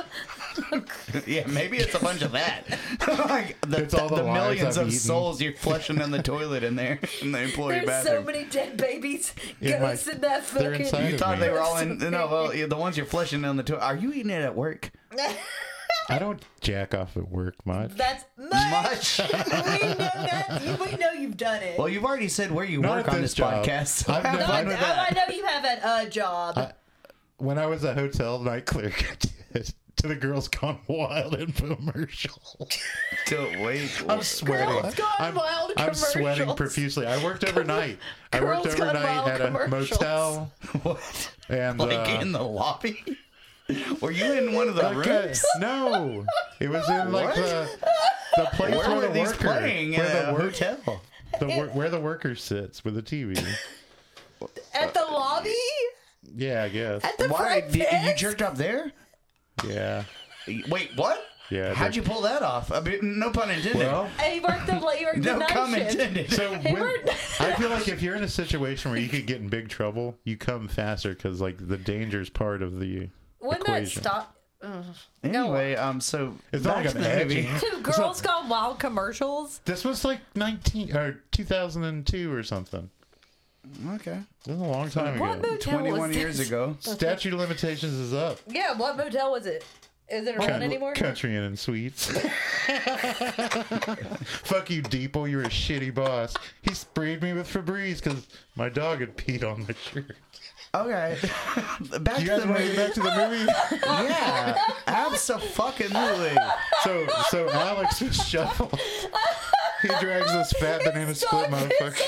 [SPEAKER 3] yeah, maybe it's a bunch of that. like the,
[SPEAKER 4] It's all
[SPEAKER 3] the
[SPEAKER 4] the lies
[SPEAKER 3] millions
[SPEAKER 4] I've
[SPEAKER 3] of
[SPEAKER 4] eaten.
[SPEAKER 3] souls you're flushing in the toilet in there in the employee
[SPEAKER 2] There's so
[SPEAKER 3] bathroom.
[SPEAKER 2] many dead babies,
[SPEAKER 4] In my-
[SPEAKER 2] ghosts in that
[SPEAKER 4] they're
[SPEAKER 2] fucking.
[SPEAKER 4] inside
[SPEAKER 3] you
[SPEAKER 4] of
[SPEAKER 3] thought
[SPEAKER 4] me.
[SPEAKER 3] they were all in? No, well, yeah, the ones you're flushing in the toilet. Are you eating it at work?
[SPEAKER 4] I don't jack off at work much.
[SPEAKER 2] That's much.
[SPEAKER 3] Much.
[SPEAKER 2] we know that. You, we know you've done it.
[SPEAKER 3] Well, you've already said where you
[SPEAKER 4] Not
[SPEAKER 3] work
[SPEAKER 4] at
[SPEAKER 3] on this
[SPEAKER 4] this job.
[SPEAKER 3] podcast.
[SPEAKER 4] I've
[SPEAKER 3] Have
[SPEAKER 4] never-
[SPEAKER 2] I,
[SPEAKER 3] fun
[SPEAKER 4] I've-
[SPEAKER 3] with
[SPEAKER 2] I
[SPEAKER 3] that.
[SPEAKER 2] know you have at a job.
[SPEAKER 3] Uh,
[SPEAKER 4] When I was a hotel night clerk, I did to the girls gone wild infomercial.
[SPEAKER 3] Don't wait.
[SPEAKER 4] I'm sweating.
[SPEAKER 2] Girls Gone
[SPEAKER 4] I'm,
[SPEAKER 2] Wild
[SPEAKER 4] I'm sweating
[SPEAKER 2] commercials.
[SPEAKER 4] profusely. I worked overnight. I worked
[SPEAKER 2] Girls Gone
[SPEAKER 4] overnight
[SPEAKER 2] Wild
[SPEAKER 4] at a
[SPEAKER 2] commercials.
[SPEAKER 4] motel
[SPEAKER 3] What?
[SPEAKER 4] and
[SPEAKER 3] Like
[SPEAKER 4] uh,
[SPEAKER 3] in the lobby? Were you in one of the
[SPEAKER 4] Like, uh,
[SPEAKER 3] rooms?
[SPEAKER 4] no, it was in like
[SPEAKER 3] What?
[SPEAKER 4] the the place
[SPEAKER 3] Where
[SPEAKER 4] where,
[SPEAKER 3] were
[SPEAKER 4] the
[SPEAKER 3] these
[SPEAKER 4] worker,
[SPEAKER 3] playing in
[SPEAKER 4] where
[SPEAKER 3] a
[SPEAKER 4] the, wor-
[SPEAKER 3] hotel?
[SPEAKER 4] the wor- where the worker sits with the TV.
[SPEAKER 2] At the lobby?
[SPEAKER 4] Yeah, I guess.
[SPEAKER 2] At the
[SPEAKER 3] Why?
[SPEAKER 2] front
[SPEAKER 3] Did, you
[SPEAKER 2] desk?
[SPEAKER 3] jerked up there?
[SPEAKER 4] Yeah,
[SPEAKER 3] Wait, what?
[SPEAKER 4] yeah.
[SPEAKER 3] How'd
[SPEAKER 4] the-
[SPEAKER 3] you pull that off? I mean, no pun intended.
[SPEAKER 4] Well,
[SPEAKER 2] Hey, you worked the, you worked the
[SPEAKER 3] no
[SPEAKER 2] night
[SPEAKER 3] cum
[SPEAKER 2] shift.
[SPEAKER 3] intended.
[SPEAKER 4] so when,
[SPEAKER 2] weren't-
[SPEAKER 4] I feel like if you're in a situation where you could get in big trouble, you come faster because like the danger's part of the
[SPEAKER 2] Wouldn't
[SPEAKER 4] equation.
[SPEAKER 2] that stop?
[SPEAKER 3] anyway, um, so
[SPEAKER 4] It's not
[SPEAKER 3] back
[SPEAKER 4] like
[SPEAKER 3] to
[SPEAKER 4] I'm
[SPEAKER 3] the movie.
[SPEAKER 4] edging.
[SPEAKER 2] Two girls gone wild commercials.
[SPEAKER 4] This was like 19 or 2002 or something.
[SPEAKER 3] Okay,
[SPEAKER 4] This was a long time
[SPEAKER 2] What motel
[SPEAKER 4] ago.
[SPEAKER 2] was
[SPEAKER 3] twenty-one
[SPEAKER 2] this?
[SPEAKER 3] years ago.
[SPEAKER 4] Statute of limitations is up.
[SPEAKER 2] Yeah, what motel was it? Is it around anymore?
[SPEAKER 4] Country Inn and Suites. Fuck you, Deeple. You're a shitty boss. He sprayed me with Febreze because my dog had peed on my shirt.
[SPEAKER 3] Okay, back to
[SPEAKER 4] You guys
[SPEAKER 3] the
[SPEAKER 4] want to
[SPEAKER 3] movie.
[SPEAKER 4] get back to the movie?
[SPEAKER 3] Yeah, absolutely.
[SPEAKER 4] so, so Alex was shuffled. He drags this fat banana
[SPEAKER 2] It's
[SPEAKER 4] split
[SPEAKER 2] so-
[SPEAKER 4] motherfucker.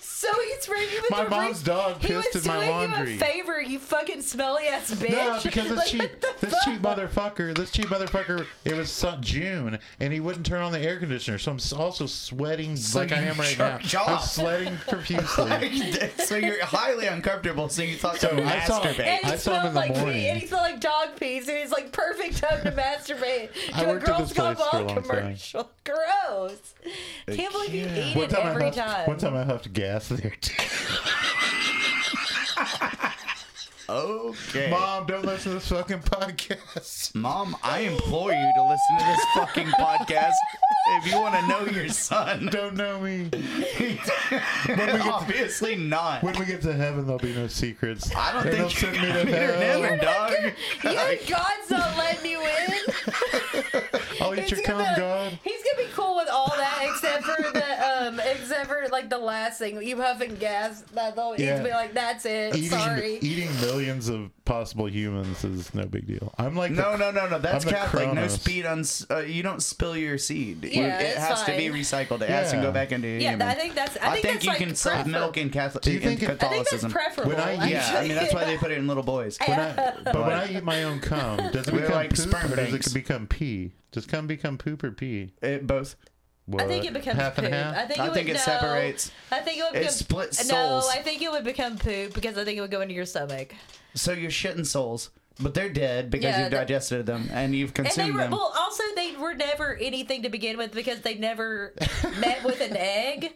[SPEAKER 2] So he's spraying you with
[SPEAKER 4] My
[SPEAKER 2] the
[SPEAKER 4] mom's
[SPEAKER 2] ring-
[SPEAKER 4] dog
[SPEAKER 2] He was
[SPEAKER 4] pissed in my
[SPEAKER 2] doing
[SPEAKER 4] laundry.
[SPEAKER 2] You a favor, you fucking smelly ass bitch.
[SPEAKER 4] No, because
[SPEAKER 2] Like,
[SPEAKER 4] this cheap,
[SPEAKER 2] what the
[SPEAKER 4] this
[SPEAKER 2] fuck?
[SPEAKER 4] cheap motherfucker, this cheap motherfucker. It was su- June, and he wouldn't turn on the air conditioner, so I'm s- also sweating like I
[SPEAKER 3] you
[SPEAKER 4] am right now.
[SPEAKER 3] jerked off.
[SPEAKER 4] I'm sweating profusely.
[SPEAKER 3] so you're highly uncomfortable. So you thought to
[SPEAKER 4] So I saw-
[SPEAKER 3] masturbate.
[SPEAKER 2] And he
[SPEAKER 4] I saw him
[SPEAKER 2] smelled
[SPEAKER 4] in the
[SPEAKER 2] like
[SPEAKER 4] morning.
[SPEAKER 2] pee, and he smelled like dog pees, and he's like perfect time to masturbate
[SPEAKER 4] I
[SPEAKER 2] to a
[SPEAKER 4] worked at
[SPEAKER 2] Girls
[SPEAKER 4] this
[SPEAKER 2] Gone
[SPEAKER 4] place for a
[SPEAKER 2] Wild
[SPEAKER 4] long time.
[SPEAKER 2] commercial. Gross. Can't believe you eat it every
[SPEAKER 4] I huffed,
[SPEAKER 2] time.
[SPEAKER 4] One time I huffed gas there. too.
[SPEAKER 3] Okay.
[SPEAKER 4] Mom, don't listen to this fucking podcast.
[SPEAKER 3] Mom, I implore you to listen to this fucking podcast if you want to know your son.
[SPEAKER 4] Don't know me.
[SPEAKER 3] Obviously not.
[SPEAKER 4] When we get to heaven, there'll be no secrets.
[SPEAKER 3] I don't
[SPEAKER 4] And they'll
[SPEAKER 3] think you're
[SPEAKER 4] send me
[SPEAKER 3] gonna
[SPEAKER 4] to hell.
[SPEAKER 3] never, dog.
[SPEAKER 2] Your God's not letting you in.
[SPEAKER 4] I'll eat your
[SPEAKER 2] He's
[SPEAKER 4] cum,
[SPEAKER 2] gonna-
[SPEAKER 4] God.
[SPEAKER 2] He's gonna be cool with all that except for the um them, except for like the last thing, you huffing gas. That'll
[SPEAKER 4] Yeah.
[SPEAKER 2] yeah. be like, that's it.
[SPEAKER 4] Eating,
[SPEAKER 2] Sorry.
[SPEAKER 4] eating millions of possible humans is no big deal. I'm like
[SPEAKER 3] No, no,
[SPEAKER 4] the-
[SPEAKER 3] no, no. That's
[SPEAKER 4] I'm the
[SPEAKER 3] Catholic. No
[SPEAKER 4] Kronos.
[SPEAKER 3] speed on. s- Uh, you don't spill your seed.
[SPEAKER 2] Yeah,
[SPEAKER 3] You- it
[SPEAKER 2] it's
[SPEAKER 3] has to be
[SPEAKER 2] fine.
[SPEAKER 3] recycled. It has to
[SPEAKER 4] Yeah.
[SPEAKER 3] go back into
[SPEAKER 2] Yeah,
[SPEAKER 3] human.
[SPEAKER 2] I think that's. I,
[SPEAKER 3] I think
[SPEAKER 2] that's
[SPEAKER 3] you
[SPEAKER 2] like
[SPEAKER 3] can sell
[SPEAKER 2] prefer-
[SPEAKER 3] milk in Catholic
[SPEAKER 4] Do you
[SPEAKER 3] in
[SPEAKER 4] think it- I
[SPEAKER 2] I think that's
[SPEAKER 3] Catholicism.
[SPEAKER 2] preferable.
[SPEAKER 4] When I-
[SPEAKER 3] yeah, I
[SPEAKER 2] actually.
[SPEAKER 3] mean that's why they put it in little boys.
[SPEAKER 4] When I, but when I eat my own cum, does it
[SPEAKER 3] We're
[SPEAKER 4] become
[SPEAKER 3] like
[SPEAKER 4] poop
[SPEAKER 3] sperm
[SPEAKER 4] or does
[SPEAKER 3] banks.
[SPEAKER 4] it become pee? Does cum become poop or pee?
[SPEAKER 3] It both.
[SPEAKER 2] I think
[SPEAKER 4] What?
[SPEAKER 2] it becomes
[SPEAKER 4] half
[SPEAKER 2] poop.
[SPEAKER 4] and half.
[SPEAKER 2] I think it,
[SPEAKER 3] I
[SPEAKER 2] would,
[SPEAKER 3] think it
[SPEAKER 2] no.
[SPEAKER 3] separates.
[SPEAKER 2] I think it would
[SPEAKER 3] It
[SPEAKER 2] become,
[SPEAKER 3] splits
[SPEAKER 2] No,
[SPEAKER 3] souls.
[SPEAKER 2] I think it would become poop because I think it would go into your stomach.
[SPEAKER 3] So you're shitting souls, but they're dead because
[SPEAKER 2] Yeah,
[SPEAKER 3] you've
[SPEAKER 2] that-
[SPEAKER 3] digested them and you've
[SPEAKER 2] And they
[SPEAKER 3] consumed
[SPEAKER 2] were
[SPEAKER 3] them.
[SPEAKER 2] well. Also, they were never anything to begin with because they never met with an egg.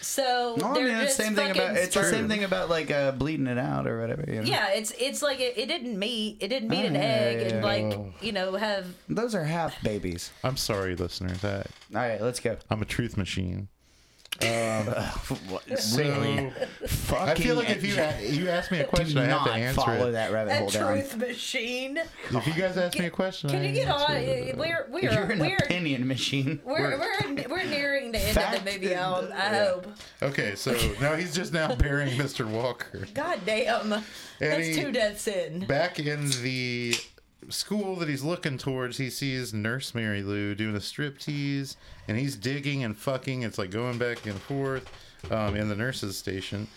[SPEAKER 2] So
[SPEAKER 3] No, I
[SPEAKER 2] they're
[SPEAKER 3] mean, it's
[SPEAKER 2] just
[SPEAKER 3] the same thing
[SPEAKER 2] fucking
[SPEAKER 3] about it's the
[SPEAKER 2] sperm.
[SPEAKER 3] same thing about like uh, bleeding it out or whatever. You know?
[SPEAKER 2] Yeah, it's it's like it, it didn't meet it didn't meet
[SPEAKER 3] Oh,
[SPEAKER 2] an
[SPEAKER 3] yeah,
[SPEAKER 2] egg
[SPEAKER 3] yeah,
[SPEAKER 2] and like
[SPEAKER 3] yeah.
[SPEAKER 4] Oh.
[SPEAKER 2] you know have
[SPEAKER 3] those are half babies.
[SPEAKER 4] I'm sorry, listeners. I,
[SPEAKER 3] All right, let's go.
[SPEAKER 4] I'm a truth machine.
[SPEAKER 3] really? Fucking
[SPEAKER 4] I feel like if you you ask me a question,
[SPEAKER 3] do
[SPEAKER 4] I have
[SPEAKER 3] not
[SPEAKER 4] to answer
[SPEAKER 3] follow
[SPEAKER 4] it.
[SPEAKER 3] that rabbit
[SPEAKER 2] a
[SPEAKER 3] hole down.
[SPEAKER 2] truth machine.
[SPEAKER 4] If you guys ask me a question,
[SPEAKER 2] Can
[SPEAKER 4] I
[SPEAKER 2] you get on?
[SPEAKER 4] answer it.
[SPEAKER 2] We're we're
[SPEAKER 3] You're an
[SPEAKER 2] we're.
[SPEAKER 3] opinion machine.
[SPEAKER 2] We're, we're we're nearing the end of
[SPEAKER 3] Fact-
[SPEAKER 2] the movie. Alan, I hope.
[SPEAKER 4] Okay, so now he's just now burying Mr. Walker.
[SPEAKER 2] God damn, that's
[SPEAKER 4] he-
[SPEAKER 2] two deaths in.
[SPEAKER 4] Back in the school that he's looking towards, he sees Nurse Mary Lou doing a striptease, and he's digging and fucking. It's like going back and forth um, in the nurses' station.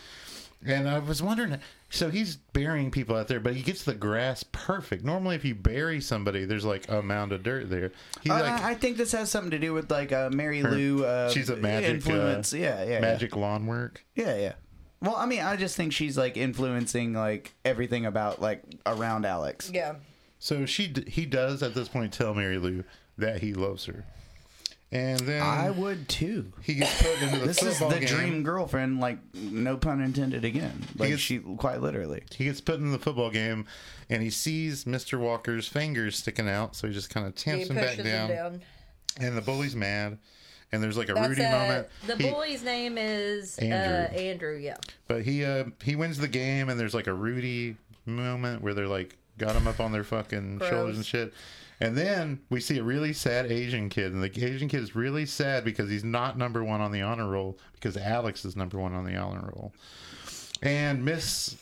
[SPEAKER 4] And I was wondering, so he's burying people out there, but he gets the grass perfect. Normally, if you bury somebody, there's like a mound of dirt there. He
[SPEAKER 3] Uh,
[SPEAKER 4] like
[SPEAKER 3] I think this has something to do with like uh, Mary Lou. Uh,
[SPEAKER 4] she's a magic, uh,
[SPEAKER 3] influence. yeah, yeah, yeah.
[SPEAKER 4] magic lawn work.
[SPEAKER 3] Yeah, yeah. Well, I mean, I just think she's like influencing like everything about like around Alex.
[SPEAKER 2] Yeah.
[SPEAKER 4] So she d- he does at this point tell Mary Lou that he loves her, and then
[SPEAKER 3] I would too.
[SPEAKER 4] he gets put into the
[SPEAKER 3] This is
[SPEAKER 4] football
[SPEAKER 3] the
[SPEAKER 4] game.
[SPEAKER 3] dream girlfriend, like no pun intended again. Like
[SPEAKER 4] gets-
[SPEAKER 3] she quite literally.
[SPEAKER 4] He gets put in the football game, and he sees Mr. Walker's fingers sticking out, so he just kind of
[SPEAKER 2] He
[SPEAKER 4] tamps him back
[SPEAKER 2] pushes
[SPEAKER 4] down,
[SPEAKER 2] him down.
[SPEAKER 4] And the bully's mad, and there's like a
[SPEAKER 2] That's
[SPEAKER 4] Rudy
[SPEAKER 2] uh,
[SPEAKER 4] moment.
[SPEAKER 2] The
[SPEAKER 4] He-
[SPEAKER 2] bully's name is
[SPEAKER 4] Andrew.
[SPEAKER 2] Uh, Andrew. Yeah.
[SPEAKER 4] But he uh, he wins the game, and there's like a Rudy moment where they're like got him up on their fucking shoulders and shit. And then we see a really sad Asian kid, and the Asian kid is really sad because he's not number one on the honor roll because Alex is number one on the honor roll. And Miss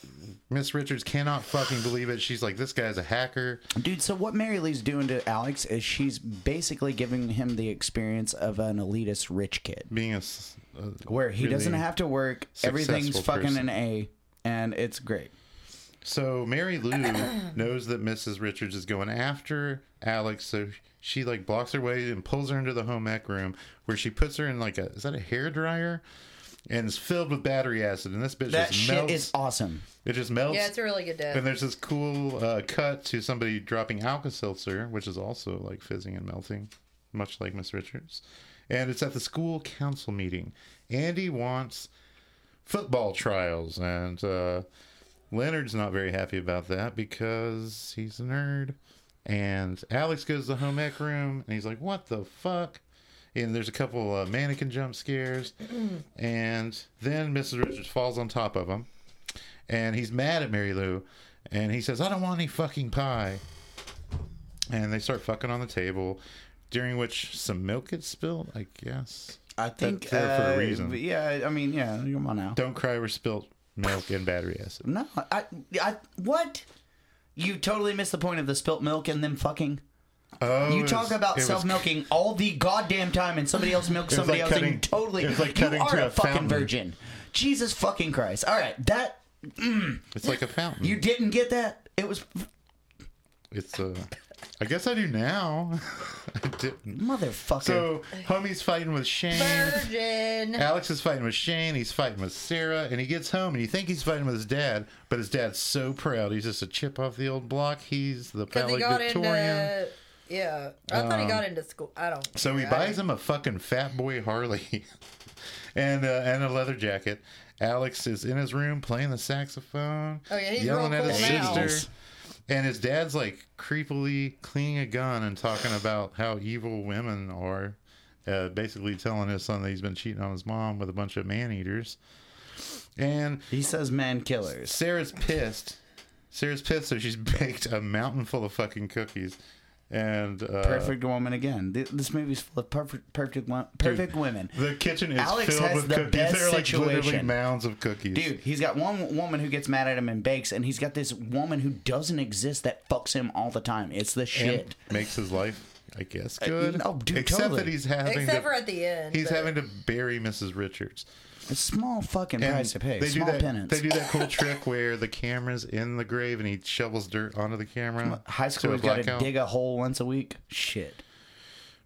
[SPEAKER 4] Miss Richards cannot fucking believe it. She's like, "This guy's a hacker."
[SPEAKER 3] Dude, so what Mary Lee's doing to Alex is she's basically giving him the experience of an elitist rich kid.
[SPEAKER 4] being a, s- a-
[SPEAKER 3] Where he
[SPEAKER 4] really-
[SPEAKER 3] doesn't have to work,
[SPEAKER 4] successful
[SPEAKER 3] everything's fucking an
[SPEAKER 4] person.
[SPEAKER 3] A and it's great.
[SPEAKER 4] so mary lou knows that mrs richards is going after alex so she like blocks her way and pulls her into the home ec room where she puts her in like a is that a hair dryer and it's filled with battery acid and this bitch
[SPEAKER 3] That
[SPEAKER 4] just
[SPEAKER 3] shit
[SPEAKER 4] melts
[SPEAKER 3] is awesome.
[SPEAKER 4] it just melts
[SPEAKER 2] Yeah, it's a really good
[SPEAKER 4] and
[SPEAKER 2] death.
[SPEAKER 4] there's this cool uh, cut to somebody dropping Alka Seltzer, which is also like fizzing and melting, much like Miss Richards. And it's at the school council meeting. Andy wants football trials, and uh, Leonard's not very happy about that because he's a nerd. And Alex goes to the home ec room, and he's like, "What the fuck?" And there's a couple uh, mannequin jump scares, and then Mrs. Richards falls on top of him and he's mad at Mary Lou, and he says, "I don't want any fucking pie." And they start fucking on the table, during which some milk gets spilled. I guess.
[SPEAKER 3] I think
[SPEAKER 4] there for a
[SPEAKER 3] uh,
[SPEAKER 4] reason.
[SPEAKER 3] but Yeah, I mean, yeah, come on now.
[SPEAKER 4] Don't cry. We're spilt milk and battery acid.
[SPEAKER 3] No, I, I, what? You totally missed the point of the spilt milk and them fucking.
[SPEAKER 4] Oh,
[SPEAKER 3] You talk about self milking all the goddamn time, and somebody else milks
[SPEAKER 4] It was
[SPEAKER 3] somebody
[SPEAKER 4] like
[SPEAKER 3] else,
[SPEAKER 4] cutting-
[SPEAKER 3] and you totally.
[SPEAKER 4] it was like
[SPEAKER 3] you
[SPEAKER 4] cutting
[SPEAKER 3] are
[SPEAKER 4] to
[SPEAKER 3] a,
[SPEAKER 4] a
[SPEAKER 3] fucking
[SPEAKER 4] fountain.
[SPEAKER 3] virgin. Jesus fucking Christ! All right, that
[SPEAKER 4] It's like a fountain.
[SPEAKER 3] you didn't get that. It was
[SPEAKER 4] It's uh, I guess I do now. I didn't.
[SPEAKER 3] motherfucker.
[SPEAKER 4] So homie's fighting with Shane.
[SPEAKER 2] Virgin.
[SPEAKER 4] Alex is fighting with Shane. He's fighting with Sarah, and he gets home and you think he's fighting with his dad, but his dad's so proud. He's just a chip off the old block. He's the
[SPEAKER 2] Because he got
[SPEAKER 4] valedictorian.
[SPEAKER 2] into. Yeah, I thought he got into school. I don't.
[SPEAKER 4] Um, So he
[SPEAKER 2] I-
[SPEAKER 4] buys him a fucking fat boy Harley, and uh, and a leather jacket. Alex is in his room playing the saxophone,
[SPEAKER 2] Oh, yeah, he's
[SPEAKER 4] yelling
[SPEAKER 2] real
[SPEAKER 4] at his
[SPEAKER 2] cool now.
[SPEAKER 4] sister, and his dad's like creepily cleaning a gun and talking about how evil women are, uh, basically telling his son that he's been cheating on his mom with a bunch of man eaters, and
[SPEAKER 3] he says man killers.
[SPEAKER 4] Sarah's pissed. Sarah's pissed, so she's baked a mountain full of fucking cookies. and uh,
[SPEAKER 3] Perfect woman again. Th- This movie's full of perfect, perfect, wo- perfect women.
[SPEAKER 4] The kitchen is
[SPEAKER 3] Alex
[SPEAKER 4] filled
[SPEAKER 3] has
[SPEAKER 4] with
[SPEAKER 3] the
[SPEAKER 4] cookies.
[SPEAKER 3] best
[SPEAKER 4] There are like literally
[SPEAKER 3] situation.
[SPEAKER 4] mounds of cookies.
[SPEAKER 3] Dude, he's got one woman who gets mad at him and bakes, and he's got this woman who doesn't exist that fucks him all the time. It's the
[SPEAKER 4] And
[SPEAKER 3] shit. Uh,
[SPEAKER 4] makes his life, I guess, good.
[SPEAKER 3] no, dude,
[SPEAKER 4] except
[SPEAKER 3] totally.
[SPEAKER 4] that he's having
[SPEAKER 2] Except
[SPEAKER 4] to,
[SPEAKER 2] for at the end.
[SPEAKER 4] he's
[SPEAKER 2] but-
[SPEAKER 4] having to bury Mrs. Richards.
[SPEAKER 3] A small fucking
[SPEAKER 4] And
[SPEAKER 3] price to pay.
[SPEAKER 4] They
[SPEAKER 3] small
[SPEAKER 4] do that.
[SPEAKER 3] penance.
[SPEAKER 4] They do that cool trick where the camera's in the grave and he shovels dirt onto the camera.
[SPEAKER 3] High
[SPEAKER 4] to
[SPEAKER 3] school,
[SPEAKER 4] a
[SPEAKER 3] has got to
[SPEAKER 4] blackout.
[SPEAKER 3] dig a hole once a week. Shit.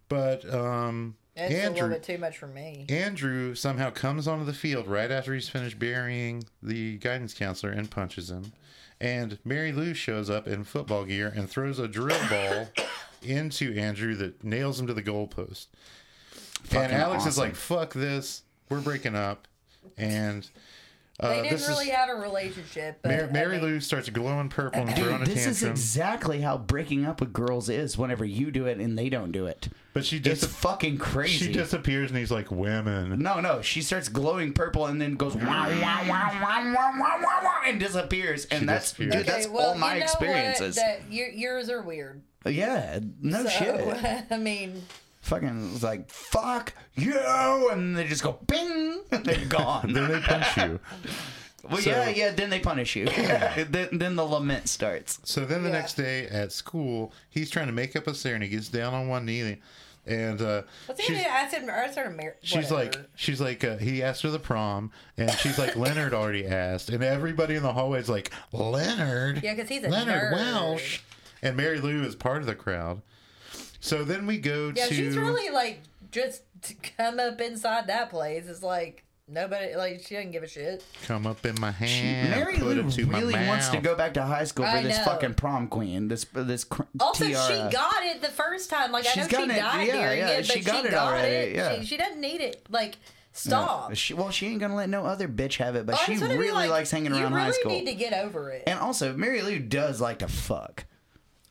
[SPEAKER 4] But um,
[SPEAKER 2] That's a little
[SPEAKER 4] Andrew
[SPEAKER 2] bit too much for me.
[SPEAKER 4] Andrew somehow comes onto the field right after he's finished burying the guidance counselor and punches him. And Mary Lou shows up in football gear and throws a drill ball into Andrew that nails him to the goalpost. and
[SPEAKER 3] Fucking
[SPEAKER 4] Alex is
[SPEAKER 3] awesome.
[SPEAKER 4] like, "Fuck this, we're breaking up." And uh,
[SPEAKER 2] They
[SPEAKER 4] this
[SPEAKER 2] didn't really
[SPEAKER 4] is
[SPEAKER 2] have a relationship, but
[SPEAKER 4] Mary,
[SPEAKER 2] I
[SPEAKER 4] Mary
[SPEAKER 2] mean,
[SPEAKER 4] Lou starts glowing purple and
[SPEAKER 3] Dude,
[SPEAKER 4] throwing a
[SPEAKER 3] this is
[SPEAKER 4] tantrum.
[SPEAKER 3] exactly how breaking up with girls is whenever you do it and they don't do it.
[SPEAKER 4] but she
[SPEAKER 3] It's
[SPEAKER 4] just
[SPEAKER 3] fucking crazy.
[SPEAKER 4] she disappears, and he's like, "Women."
[SPEAKER 3] no, no. She starts glowing purple and then goes wow, wow, wow, wow, wow, wow, wow, wow, and disappears. And that's
[SPEAKER 4] disappears.
[SPEAKER 3] dude, that's
[SPEAKER 2] Okay, well,
[SPEAKER 3] all my
[SPEAKER 2] you know
[SPEAKER 3] experiences.
[SPEAKER 2] What? That, your, yours are weird.
[SPEAKER 3] yeah, no
[SPEAKER 2] So,
[SPEAKER 3] shit.
[SPEAKER 2] I mean,
[SPEAKER 3] Fucking was like fuck you, and they just go bing, and they're gone.
[SPEAKER 4] Then they punch you.
[SPEAKER 3] well,
[SPEAKER 4] So-
[SPEAKER 3] yeah, yeah. Then they punish you. then, then the lament starts.
[SPEAKER 4] So then the
[SPEAKER 2] Yeah.
[SPEAKER 4] next day at school, he's trying to make up a scare and he gets down on one knee and uh,
[SPEAKER 2] what's he
[SPEAKER 4] she's,
[SPEAKER 2] gonna do? I said, I started mar-
[SPEAKER 4] she's
[SPEAKER 2] whatever.
[SPEAKER 4] like, she's like, uh, he asked her the prom and she's like, Leonard already asked. And everybody in the hallway is like, Leonard?
[SPEAKER 2] Yeah, 'cause he's a
[SPEAKER 4] Leonard
[SPEAKER 2] nerd.
[SPEAKER 4] Welsh. And Mary Lou is part of the crowd. So then we go
[SPEAKER 2] yeah,
[SPEAKER 4] to.
[SPEAKER 2] she's really like just to come up inside that place. It's like nobody, like she doesn't give a shit.
[SPEAKER 4] Come up in my hand.
[SPEAKER 3] Mary
[SPEAKER 4] put
[SPEAKER 3] Lou
[SPEAKER 4] it to my
[SPEAKER 3] really wants to
[SPEAKER 4] mouth."
[SPEAKER 3] go back to high school for
[SPEAKER 2] I
[SPEAKER 3] this
[SPEAKER 2] know.
[SPEAKER 3] fucking prom queen. This uh, this cr-
[SPEAKER 2] Also,
[SPEAKER 3] tiara.
[SPEAKER 2] she got it the first time. Like
[SPEAKER 3] She's
[SPEAKER 2] I know she
[SPEAKER 3] gotten it.
[SPEAKER 2] died
[SPEAKER 3] Yeah,
[SPEAKER 2] during
[SPEAKER 3] yeah,
[SPEAKER 2] it, but
[SPEAKER 3] she
[SPEAKER 2] she,
[SPEAKER 3] got
[SPEAKER 2] got,
[SPEAKER 3] it
[SPEAKER 2] it.
[SPEAKER 3] already, yeah.
[SPEAKER 2] She, she doesn't need it. Like
[SPEAKER 3] No,
[SPEAKER 2] stop.
[SPEAKER 3] She, well, she ain't gonna let no other bitch have it, but
[SPEAKER 2] I
[SPEAKER 3] she
[SPEAKER 2] just wanna be
[SPEAKER 3] really
[SPEAKER 2] like,
[SPEAKER 3] likes hanging around
[SPEAKER 2] you really
[SPEAKER 3] high school.
[SPEAKER 2] need to get over it,
[SPEAKER 3] and also, Mary Lou does like to fuck.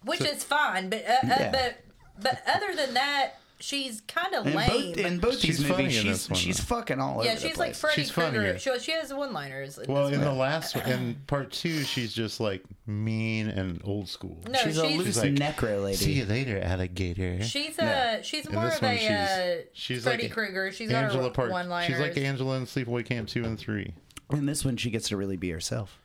[SPEAKER 2] which is fine. But uh, uh,
[SPEAKER 3] Yeah.
[SPEAKER 2] but but other than that, she's kind of
[SPEAKER 3] In
[SPEAKER 2] lame.
[SPEAKER 3] both in both
[SPEAKER 4] She's
[SPEAKER 3] these
[SPEAKER 4] funny
[SPEAKER 3] movies,
[SPEAKER 4] in
[SPEAKER 3] she's
[SPEAKER 4] this one,
[SPEAKER 3] she's
[SPEAKER 4] though.
[SPEAKER 3] fucking all
[SPEAKER 2] yeah,
[SPEAKER 3] over the
[SPEAKER 2] she's like
[SPEAKER 3] place.
[SPEAKER 2] Freddy
[SPEAKER 4] She's funnier.
[SPEAKER 2] Krueger. She, she has one-liners. in
[SPEAKER 4] Well,
[SPEAKER 2] this
[SPEAKER 4] in the
[SPEAKER 2] one.
[SPEAKER 4] last, in part two, she's just like mean and old school.
[SPEAKER 2] no,
[SPEAKER 3] she's
[SPEAKER 2] she's
[SPEAKER 3] a loose
[SPEAKER 4] like,
[SPEAKER 3] necro lady.
[SPEAKER 4] See you later, alligator.
[SPEAKER 2] she's
[SPEAKER 3] Yeah.
[SPEAKER 2] uh she's
[SPEAKER 4] In
[SPEAKER 2] more
[SPEAKER 4] this
[SPEAKER 2] of
[SPEAKER 4] one,
[SPEAKER 2] a uh,
[SPEAKER 4] she's
[SPEAKER 2] Freddy
[SPEAKER 4] like
[SPEAKER 2] Krueger. She's
[SPEAKER 4] Angela
[SPEAKER 2] got her
[SPEAKER 4] Park.
[SPEAKER 2] one-liners.
[SPEAKER 4] She's like Angela in Sleepaway Camp two and three.
[SPEAKER 3] and this one, she gets to really be herself.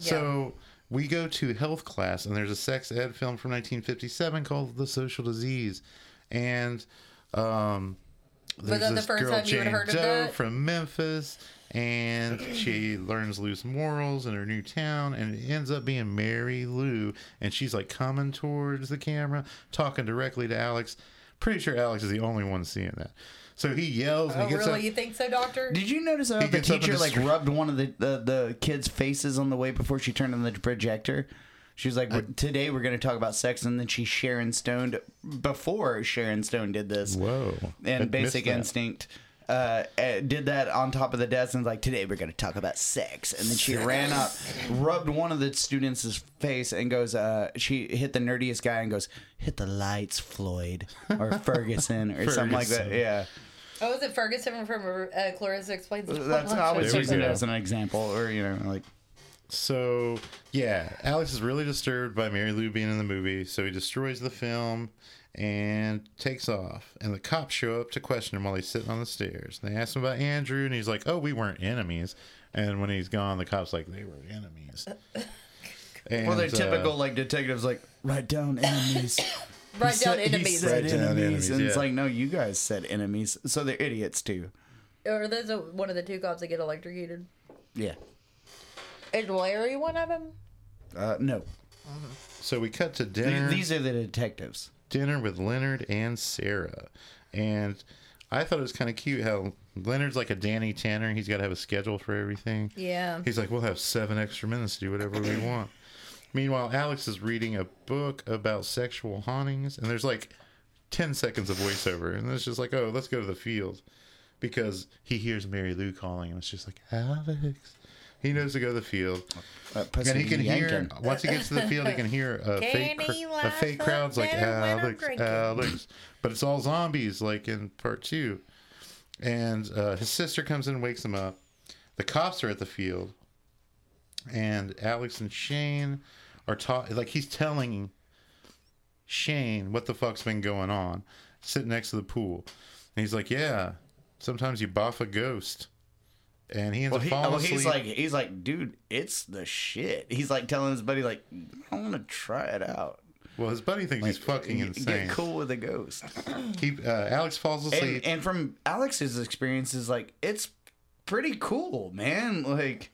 [SPEAKER 4] So we go to health class, and there's a sex ed film from 1957 called The Social Disease, and um, there's
[SPEAKER 2] that the
[SPEAKER 4] this
[SPEAKER 2] first
[SPEAKER 4] girl
[SPEAKER 2] time you
[SPEAKER 4] Jane
[SPEAKER 2] had heard of
[SPEAKER 4] Doe
[SPEAKER 2] that?
[SPEAKER 4] from Memphis, and she learns loose morals in her new town, and it ends up being Mary Lou, and she's like coming towards the camera, talking directly to Alex. Pretty sure Alex is the only one seeing that. So he yells and
[SPEAKER 2] oh
[SPEAKER 4] he gets
[SPEAKER 2] really?
[SPEAKER 4] up.
[SPEAKER 2] You think so, Doctor?
[SPEAKER 3] Did you notice how
[SPEAKER 4] He
[SPEAKER 3] the
[SPEAKER 4] gets up in
[SPEAKER 3] teacher
[SPEAKER 4] the
[SPEAKER 3] like
[SPEAKER 4] street.
[SPEAKER 3] rubbed one of the, the the kids' faces on the way before she turned on the projector? She was like, "We're- "Today we're going to talk about sex," and then she Sharon Stoned before Sharon Stone did this.
[SPEAKER 4] Whoa! I
[SPEAKER 3] and
[SPEAKER 4] missed
[SPEAKER 3] Basic
[SPEAKER 4] that.
[SPEAKER 3] Instinct uh, uh, did that on top of the desk and was like, today we're going to talk about sex. And then she ran up, rubbed one of the students' face and goes, uh, she hit the nerdiest guy and goes, hit the lights, Floyd or Ferguson or something like that.
[SPEAKER 4] Ferguson.
[SPEAKER 3] Yeah.
[SPEAKER 2] oh, is it Ferguson from uh, Clarissa Explains? the
[SPEAKER 3] That's I always
[SPEAKER 4] There we
[SPEAKER 3] use it
[SPEAKER 4] go.
[SPEAKER 3] as an example or, you know, like,
[SPEAKER 4] So yeah, Alex is really disturbed by Mary Lou being in the movie, so he destroys the film and takes off. And the cops show up to question him while he's sitting on the stairs. They ask him about Andrew, and he's like, "Oh, we weren't enemies." And when he's gone, the cops like, "They were enemies." And,
[SPEAKER 3] well, they're
[SPEAKER 4] uh,
[SPEAKER 3] typical, like, detectives, like, write down enemies.
[SPEAKER 2] Right down
[SPEAKER 3] He said-
[SPEAKER 2] enemies.
[SPEAKER 3] He said
[SPEAKER 4] Write down
[SPEAKER 3] enemies.
[SPEAKER 4] enemies,
[SPEAKER 3] And it's
[SPEAKER 4] yeah.
[SPEAKER 3] like, no, you guys said enemies. So they're idiots, too.
[SPEAKER 2] Or those are one of the two cops that get electrocuted.
[SPEAKER 3] Yeah.
[SPEAKER 2] Is Larry one of them?
[SPEAKER 3] Uh, no.
[SPEAKER 4] so we cut to dinner.
[SPEAKER 3] Th- These are the detectives.
[SPEAKER 4] dinner with Leonard and Sarah. And I thought it was kind of cute how Leonard's like a Danny Tanner. He's got to have a schedule for everything.
[SPEAKER 2] Yeah.
[SPEAKER 4] He's like, we'll have seven extra minutes to do whatever we want. Meanwhile, Alex is reading a book about sexual hauntings, and there's like 10 seconds of voiceover. And it's just like, oh, let's go to the field. Because he hears Mary Lou calling, and it's just like, Alex. He knows to go to the field.
[SPEAKER 3] Uh,
[SPEAKER 4] And he can hear
[SPEAKER 3] Yankin.
[SPEAKER 4] once he gets to the field, he can hear a fake, cr-
[SPEAKER 2] he
[SPEAKER 4] a
[SPEAKER 2] laugh
[SPEAKER 4] fake crowd's like
[SPEAKER 2] better when I'm
[SPEAKER 4] Alex,
[SPEAKER 2] drinking?"
[SPEAKER 4] Alex, but it's all zombies like in part two. And uh, his sister comes in and wakes him up. The cops are at the field, and Alex and Shane are taught like he's telling Shane, what the fuck's been going on? Sitting next to the pool. And he's like, Yeah, sometimes you boff a ghost. And he ends
[SPEAKER 3] Well,
[SPEAKER 4] up
[SPEAKER 3] he,
[SPEAKER 4] falling
[SPEAKER 3] well,
[SPEAKER 4] asleep.
[SPEAKER 3] he's like, he's like, dude, it's the shit. He's like telling his buddy, like, I want to try it out.
[SPEAKER 4] well, his buddy thinks he's fucking
[SPEAKER 3] Get-
[SPEAKER 4] insane.
[SPEAKER 3] Get cool with a ghost.
[SPEAKER 4] He, uh, Alex falls asleep.
[SPEAKER 3] And, and from Alex's experiences, like, it's pretty cool, man. Like,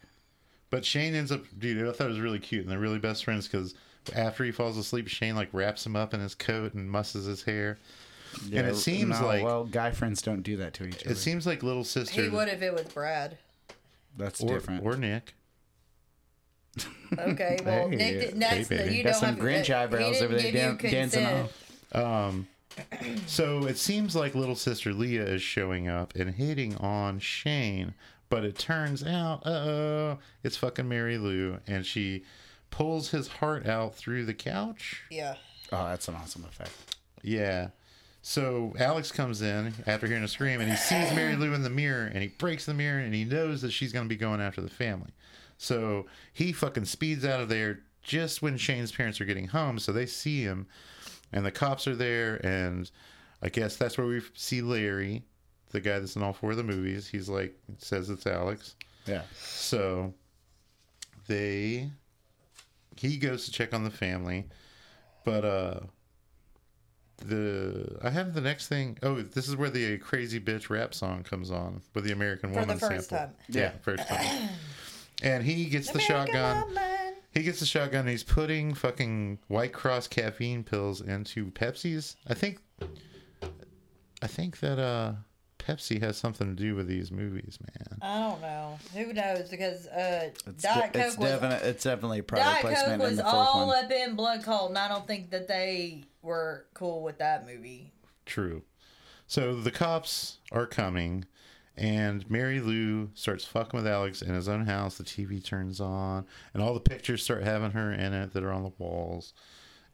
[SPEAKER 4] But Shane ends up, dude, I thought it was really cute, and they're really best friends because after he falls asleep, Shane like wraps him up in his coat and musses his hair. and
[SPEAKER 3] yeah,
[SPEAKER 4] it seems
[SPEAKER 3] no,
[SPEAKER 4] like
[SPEAKER 3] well, guy friends don't do that to each other.
[SPEAKER 4] it seems like little sister
[SPEAKER 2] He would if it was Brad.
[SPEAKER 3] That's
[SPEAKER 4] or,
[SPEAKER 3] different.
[SPEAKER 4] or Nick.
[SPEAKER 2] Okay, well,
[SPEAKER 3] Hey,
[SPEAKER 2] Nick, did- that's
[SPEAKER 4] hey,
[SPEAKER 2] the,
[SPEAKER 4] baby.
[SPEAKER 2] you
[SPEAKER 3] Got
[SPEAKER 2] don't
[SPEAKER 3] some
[SPEAKER 2] have uh,
[SPEAKER 3] Grinch
[SPEAKER 2] he
[SPEAKER 3] eyebrows
[SPEAKER 2] didn't
[SPEAKER 3] over there
[SPEAKER 2] give you
[SPEAKER 3] dan- dancing
[SPEAKER 2] consent.
[SPEAKER 3] off.
[SPEAKER 4] Um, So it seems like little sister Leah is showing up and hitting on Shane, but it turns out, uh oh, it's fucking Mary Lou, and she pulls his heart out through the couch.
[SPEAKER 2] Yeah.
[SPEAKER 3] Oh, that's an awesome effect.
[SPEAKER 4] Yeah. So Alex comes in after hearing a scream and he sees Mary Lou in the mirror and he breaks the mirror and he knows that she's going to be going after the family. So he fucking speeds out of there just when Shane's parents are getting home. So they see him and the cops are there. And I guess that's where we see Larry, the guy that's in all four of the movies. He's like, says it's Alex.
[SPEAKER 3] Yeah.
[SPEAKER 4] So they he goes to check on the family, but uh the I have the next thing. Oh, this is where the crazy bitch rap song comes on with the American
[SPEAKER 2] the
[SPEAKER 4] woman
[SPEAKER 2] first
[SPEAKER 4] sample.
[SPEAKER 2] time.
[SPEAKER 4] Yeah, first time. And he gets the shotgun. He gets the shotgun. And he's putting fucking White Cross caffeine pills into Pepsi's. I think. I think that uh, Pepsi has something to do with these movies, man.
[SPEAKER 2] I don't know. Who knows? Because uh,
[SPEAKER 3] It's,
[SPEAKER 2] Diet
[SPEAKER 3] de-
[SPEAKER 2] Coke
[SPEAKER 3] it's,
[SPEAKER 2] was
[SPEAKER 3] definite, it's definitely a product
[SPEAKER 2] Diet Coke
[SPEAKER 3] placement in
[SPEAKER 2] was
[SPEAKER 3] the fourth
[SPEAKER 2] all
[SPEAKER 3] one.
[SPEAKER 2] up in blood cold, and I don't think that they were cool with that movie.
[SPEAKER 4] True. So the cops are coming, and Mary Lou starts fucking with Alex in his own house. The TV turns on, and all the pictures start having her in it that are on the walls.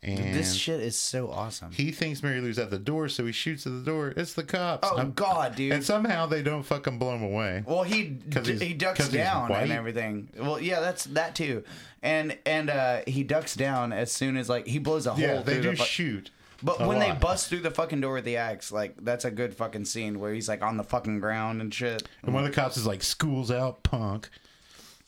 [SPEAKER 4] And
[SPEAKER 3] This shit is so awesome.
[SPEAKER 4] he thinks Mary Lou's at the door, so he shoots at the door. It's the cops.
[SPEAKER 3] Oh
[SPEAKER 4] I'm-
[SPEAKER 3] God, dude.
[SPEAKER 4] And somehow they don't fucking blow him away.
[SPEAKER 3] Well, he
[SPEAKER 4] 'Cause
[SPEAKER 3] d-
[SPEAKER 4] he's-
[SPEAKER 3] he ducks
[SPEAKER 4] 'cause he's
[SPEAKER 3] down
[SPEAKER 4] white?
[SPEAKER 3] and everything. Well, yeah, that's that too, and and uh, he ducks down as soon as like he blows a hole.
[SPEAKER 4] Yeah, they
[SPEAKER 3] through
[SPEAKER 4] do
[SPEAKER 3] the fu-
[SPEAKER 4] shoot.
[SPEAKER 3] But
[SPEAKER 4] a
[SPEAKER 3] when they
[SPEAKER 4] lot.
[SPEAKER 3] bust through the fucking door with the axe, like that's a good fucking scene where he's like on the fucking ground and shit.
[SPEAKER 4] and one of the cops is like, "School's out, punk."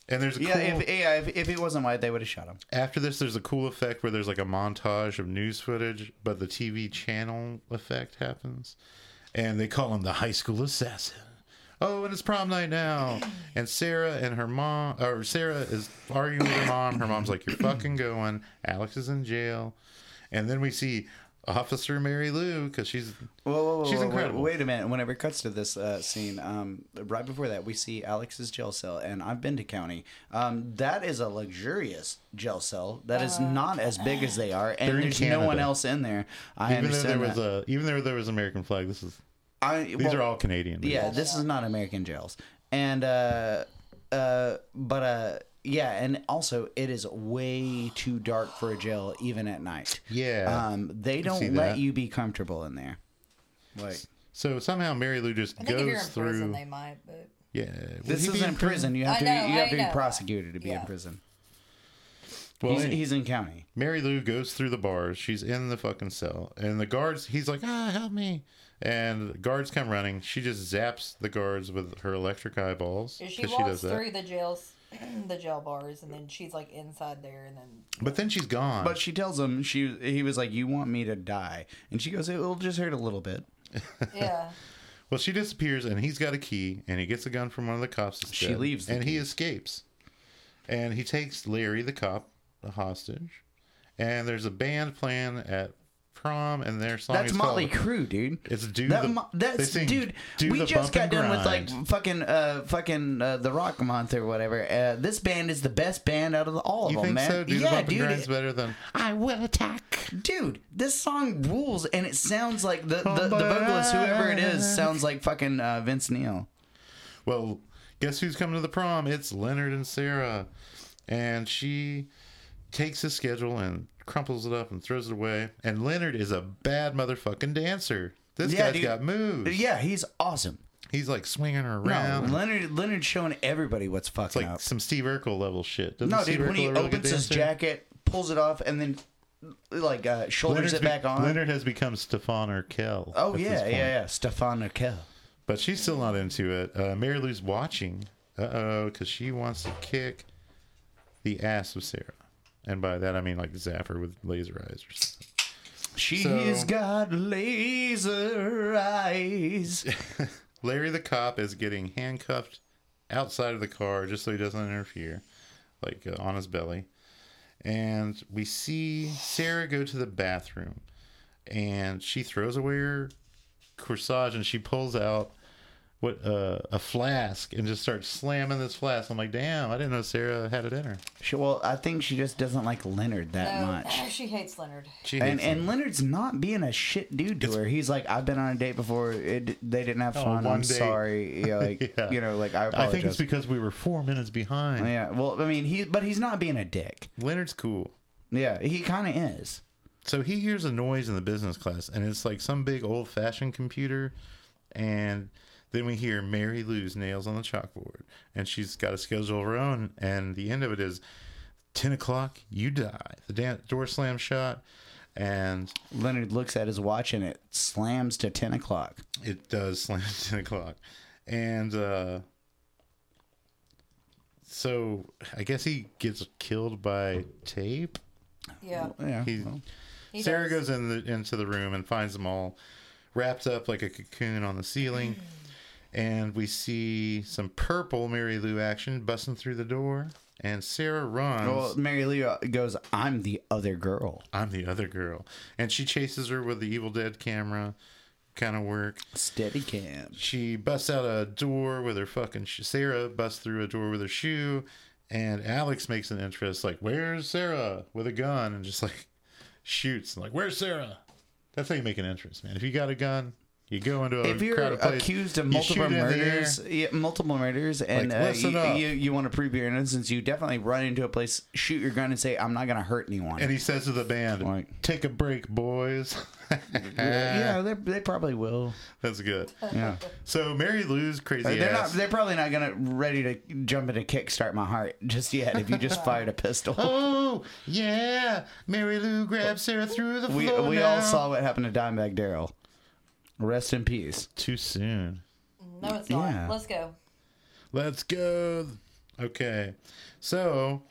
[SPEAKER 4] And there's a
[SPEAKER 3] Yeah,
[SPEAKER 4] cool...
[SPEAKER 3] if yeah, if, if he wasn't white, they would have shot him.
[SPEAKER 4] After this, there's a cool effect where there's like a montage of news footage, but the TV channel effect happens. And they call him the high school assassin. Oh, and it's prom night now. And Sarah and her mom, or Sarah is arguing with her mom. Her mom's like, You're fucking going. Alex is in jail. And then we see Officer Mary Lou because she's.
[SPEAKER 3] Whoa, whoa, whoa,
[SPEAKER 4] She's
[SPEAKER 3] whoa, wait-
[SPEAKER 4] incredible.
[SPEAKER 3] Wait, a minute. Whenever it cuts to this uh, scene, um, right before that, we see Alex's jail cell, and I've been to county. Um, that is a luxurious jail cell. That is not as big as they are, and
[SPEAKER 4] in
[SPEAKER 3] there's no one
[SPEAKER 4] Canada.
[SPEAKER 3] else in there. I
[SPEAKER 4] Even though there
[SPEAKER 3] understand
[SPEAKER 4] was
[SPEAKER 3] that.
[SPEAKER 4] a, even though there was an American flag, this is
[SPEAKER 3] I-
[SPEAKER 4] these
[SPEAKER 3] well,
[SPEAKER 4] are all Canadian.
[SPEAKER 3] Yeah,
[SPEAKER 4] movies.
[SPEAKER 3] this is not American jails, and uh, uh, but uh, yeah, and also it is way too dark for a jail, even at night.
[SPEAKER 4] Yeah.
[SPEAKER 3] um, they
[SPEAKER 4] see
[SPEAKER 3] don't
[SPEAKER 4] that.
[SPEAKER 3] let you be comfortable in there. Like
[SPEAKER 4] So somehow Mary Lou just
[SPEAKER 2] I think if you're
[SPEAKER 4] goes
[SPEAKER 2] in
[SPEAKER 4] through.
[SPEAKER 2] prison, they might. But
[SPEAKER 4] yeah,
[SPEAKER 3] this
[SPEAKER 4] Would he
[SPEAKER 3] is
[SPEAKER 4] be
[SPEAKER 3] in prison. You
[SPEAKER 2] I
[SPEAKER 3] have to
[SPEAKER 2] know,
[SPEAKER 3] be, you have
[SPEAKER 2] I
[SPEAKER 3] to be
[SPEAKER 2] know.
[SPEAKER 3] prosecuted to be
[SPEAKER 2] Yeah.
[SPEAKER 3] in prison.
[SPEAKER 4] Well,
[SPEAKER 3] he's,
[SPEAKER 4] any-
[SPEAKER 3] he's in county.
[SPEAKER 4] Mary Lou goes through the bars. She's in the fucking cell. And the guards, he's like, ah, help me. And the guards come running. She just zaps the guards with her electric eyeballs.
[SPEAKER 2] she
[SPEAKER 4] 'cause
[SPEAKER 2] walks through the jails, the jail bars, and then she's like inside there, and then
[SPEAKER 4] But then she's gone.
[SPEAKER 3] But she tells him she he was like, "You want me to die?" And she goes, "It'll just hurt a little bit."
[SPEAKER 2] yeah,
[SPEAKER 4] well, she disappears, and he's got a key, and he gets a gun from one of the cops. that's
[SPEAKER 3] She
[SPEAKER 4] dead,
[SPEAKER 3] leaves the
[SPEAKER 4] And he escapes. And he takes Larry, the cop, the hostage. And there's a band playing at prom, and their song
[SPEAKER 3] That's
[SPEAKER 4] is
[SPEAKER 3] Motley
[SPEAKER 4] called...
[SPEAKER 3] Crue, dude.
[SPEAKER 4] It's do
[SPEAKER 3] That
[SPEAKER 4] the
[SPEAKER 3] mo-
[SPEAKER 4] they
[SPEAKER 3] that's
[SPEAKER 4] sing
[SPEAKER 3] dude.
[SPEAKER 4] Do
[SPEAKER 3] we
[SPEAKER 4] the
[SPEAKER 3] just got
[SPEAKER 4] Bump and
[SPEAKER 3] done with
[SPEAKER 4] Grind.
[SPEAKER 3] like fucking uh fucking uh, the Rock Month or whatever. Uh, this band is the best band out of the, all of
[SPEAKER 4] You
[SPEAKER 3] them,
[SPEAKER 4] think
[SPEAKER 3] man.
[SPEAKER 4] so? Do the
[SPEAKER 3] yeah,
[SPEAKER 4] bump and
[SPEAKER 3] dude.
[SPEAKER 4] grind's
[SPEAKER 3] it-
[SPEAKER 4] better than
[SPEAKER 3] I will attack, dude. This song rules, and it sounds like the the, the vocalist, whoever it is, sounds like fucking uh, Vince Neil.
[SPEAKER 4] Well, guess who's coming to the prom? It's Leonard and Sarah. And she takes his schedule and crumples it up and throws it away. And Leonard is a bad motherfucking dancer. This
[SPEAKER 3] Yeah,
[SPEAKER 4] guy's
[SPEAKER 3] dude.
[SPEAKER 4] got moves.
[SPEAKER 3] Yeah, he's awesome.
[SPEAKER 4] He's like swinging her
[SPEAKER 3] No,
[SPEAKER 4] around.
[SPEAKER 3] Leonard Leonard's showing everybody what's
[SPEAKER 4] it's
[SPEAKER 3] fucking
[SPEAKER 4] like
[SPEAKER 3] up.
[SPEAKER 4] some Steve Urkel level shit. Doesn't
[SPEAKER 3] No,
[SPEAKER 4] Steve
[SPEAKER 3] dude, when
[SPEAKER 4] Urkel
[SPEAKER 3] he
[SPEAKER 4] a really good
[SPEAKER 3] opens his
[SPEAKER 4] dancer?
[SPEAKER 3] jacket, pulls it off, and then like uh, shoulders it
[SPEAKER 4] be-
[SPEAKER 3] back on.
[SPEAKER 4] Leonard has become Stefan Urkel.
[SPEAKER 3] oh
[SPEAKER 4] at this
[SPEAKER 3] yeah, yeah,
[SPEAKER 4] point.
[SPEAKER 3] yeah. Stefan Urkel.
[SPEAKER 4] But she's still not into it. Uh, Mary Lou's watching. Uh oh, because she wants to kick the ass of Sarah. And by that, I mean like zap her with laser eyes or something.
[SPEAKER 3] She's
[SPEAKER 4] So-
[SPEAKER 3] got laser eyes.
[SPEAKER 4] Larry the cop is getting handcuffed outside of the car just so he doesn't interfere, like uh, on his belly. And we see Sarah go to the bathroom and she throws away her corsage and she pulls out what uh, a flask and just starts slamming this flask. I'm like, damn, I didn't know Sarah had it in her.
[SPEAKER 3] She, well, I think she just doesn't like Leonard
[SPEAKER 2] Oh,
[SPEAKER 3] that much.
[SPEAKER 2] she hates Leonard.
[SPEAKER 4] She hates
[SPEAKER 3] And and Leonard's not being a shit dude to her. He's like, I've been on a date before. It, they didn't have fun.
[SPEAKER 4] Oh, one
[SPEAKER 3] I'm
[SPEAKER 4] date."
[SPEAKER 3] sorry. Yeah, like
[SPEAKER 4] Yeah.
[SPEAKER 3] you know, like I
[SPEAKER 4] I
[SPEAKER 3] apologize.
[SPEAKER 4] think it's because we were four minutes behind.
[SPEAKER 3] yeah. Well, I mean, he but he's not being a dick.
[SPEAKER 4] Leonard's cool.
[SPEAKER 3] Yeah, he kind of is.
[SPEAKER 4] so he hears a noise in the business class and it's like some big old fashioned computer and then we hear Mary Lou's nails on the chalkboard and she's got a schedule of her own and the end of it is 10 o'clock you die the dan- door slams shut and
[SPEAKER 3] Leonard looks at his watch and it slams to ten o'clock.
[SPEAKER 4] it does slam 10 o'clock and uh so i guess he gets killed by tape
[SPEAKER 2] Yeah.
[SPEAKER 3] Yeah.
[SPEAKER 4] He, Sarah goes in the, into the room and finds them all wrapped up like a cocoon on the ceiling. and we see some purple Mary Lou action busting through the door. And Sarah runs.
[SPEAKER 3] well, Mary Lou goes, "I'm the other girl."
[SPEAKER 4] I'm the other girl. And she chases her with the Evil Dead camera kind of work.
[SPEAKER 3] Steady cam.
[SPEAKER 4] She busts out a door with her fucking sh- Sarah busts through a door with her shoe, and Alex makes an interest like, "Where's Sarah?" with a gun and just like shoots and like, "Where's Sarah?" That's how you make an interest, man. If you got a gun, you go into a
[SPEAKER 3] If you're
[SPEAKER 4] crowded place,
[SPEAKER 3] accused of
[SPEAKER 4] you shoot
[SPEAKER 3] multiple
[SPEAKER 4] in the air.
[SPEAKER 3] murders, yeah, multiple murders, and
[SPEAKER 4] Like,
[SPEAKER 3] uh,
[SPEAKER 4] listen
[SPEAKER 3] you,
[SPEAKER 4] up.
[SPEAKER 3] you you want to prove your innocence, you definitely run into a place, shoot your gun, and say, "I'm not going to hurt anyone."
[SPEAKER 4] and he says to the band,
[SPEAKER 3] Like-
[SPEAKER 4] "Take a break, boys."
[SPEAKER 3] yeah, they they probably will.
[SPEAKER 4] That's good.
[SPEAKER 3] Yeah, Uh,
[SPEAKER 4] So Mary Lou's crazy
[SPEAKER 3] they're not.
[SPEAKER 4] ass.
[SPEAKER 3] They're probably not going to ready to jump into kickstart my heart just yet. If you just fired a pistol,
[SPEAKER 4] Oh yeah, Mary Lou grabs Sarah through the
[SPEAKER 3] we
[SPEAKER 4] floor.
[SPEAKER 3] we all
[SPEAKER 4] now.
[SPEAKER 3] saw what happened to Dimebag Daryl. Rest in peace.
[SPEAKER 4] too soon.
[SPEAKER 2] No, it's
[SPEAKER 3] not. Yeah. Let's
[SPEAKER 2] go.
[SPEAKER 4] Let's go. Okay. So,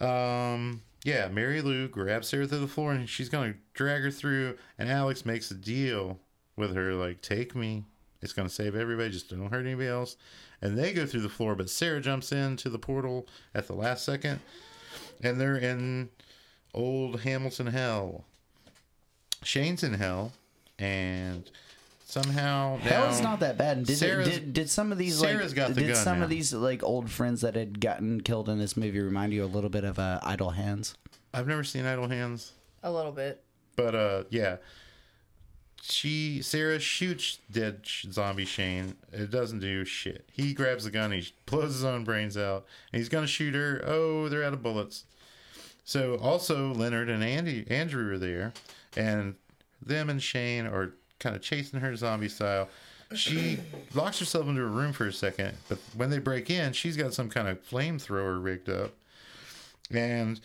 [SPEAKER 4] um, yeah, Mary Lou grabs Sarah through the floor and she's going to drag her through. And Alex makes a deal with her like, take me. It's going to save everybody. Just don't hurt anybody else. And they go through the floor, but Sarah jumps into the portal at the last second. And they're in old Hamilton hell. Shane's in hell. And somehow.
[SPEAKER 3] Hell is
[SPEAKER 4] now-
[SPEAKER 3] not that bad. Did,
[SPEAKER 4] Sarah's-
[SPEAKER 3] did did some of these
[SPEAKER 4] Sarah's
[SPEAKER 3] like
[SPEAKER 4] got the
[SPEAKER 3] did
[SPEAKER 4] gun
[SPEAKER 3] some
[SPEAKER 4] now.
[SPEAKER 3] of these like old friends that had gotten killed in this movie remind you a little bit of uh, Idle Hands?
[SPEAKER 4] I've never seen Idle Hands.
[SPEAKER 2] A little bit.
[SPEAKER 4] But uh, yeah, she Sarah shoots dead sh- zombie Shane. It doesn't do shit. He grabs the gun. He blows his own brains out, and he's gonna shoot her. Oh, they're out of bullets. So also Leonard and Andy Andrew are there, and them and Shane are kind of chasing her zombie style. She locks herself into a room for a second, but when they break in, she's got some kind of flamethrower rigged up, and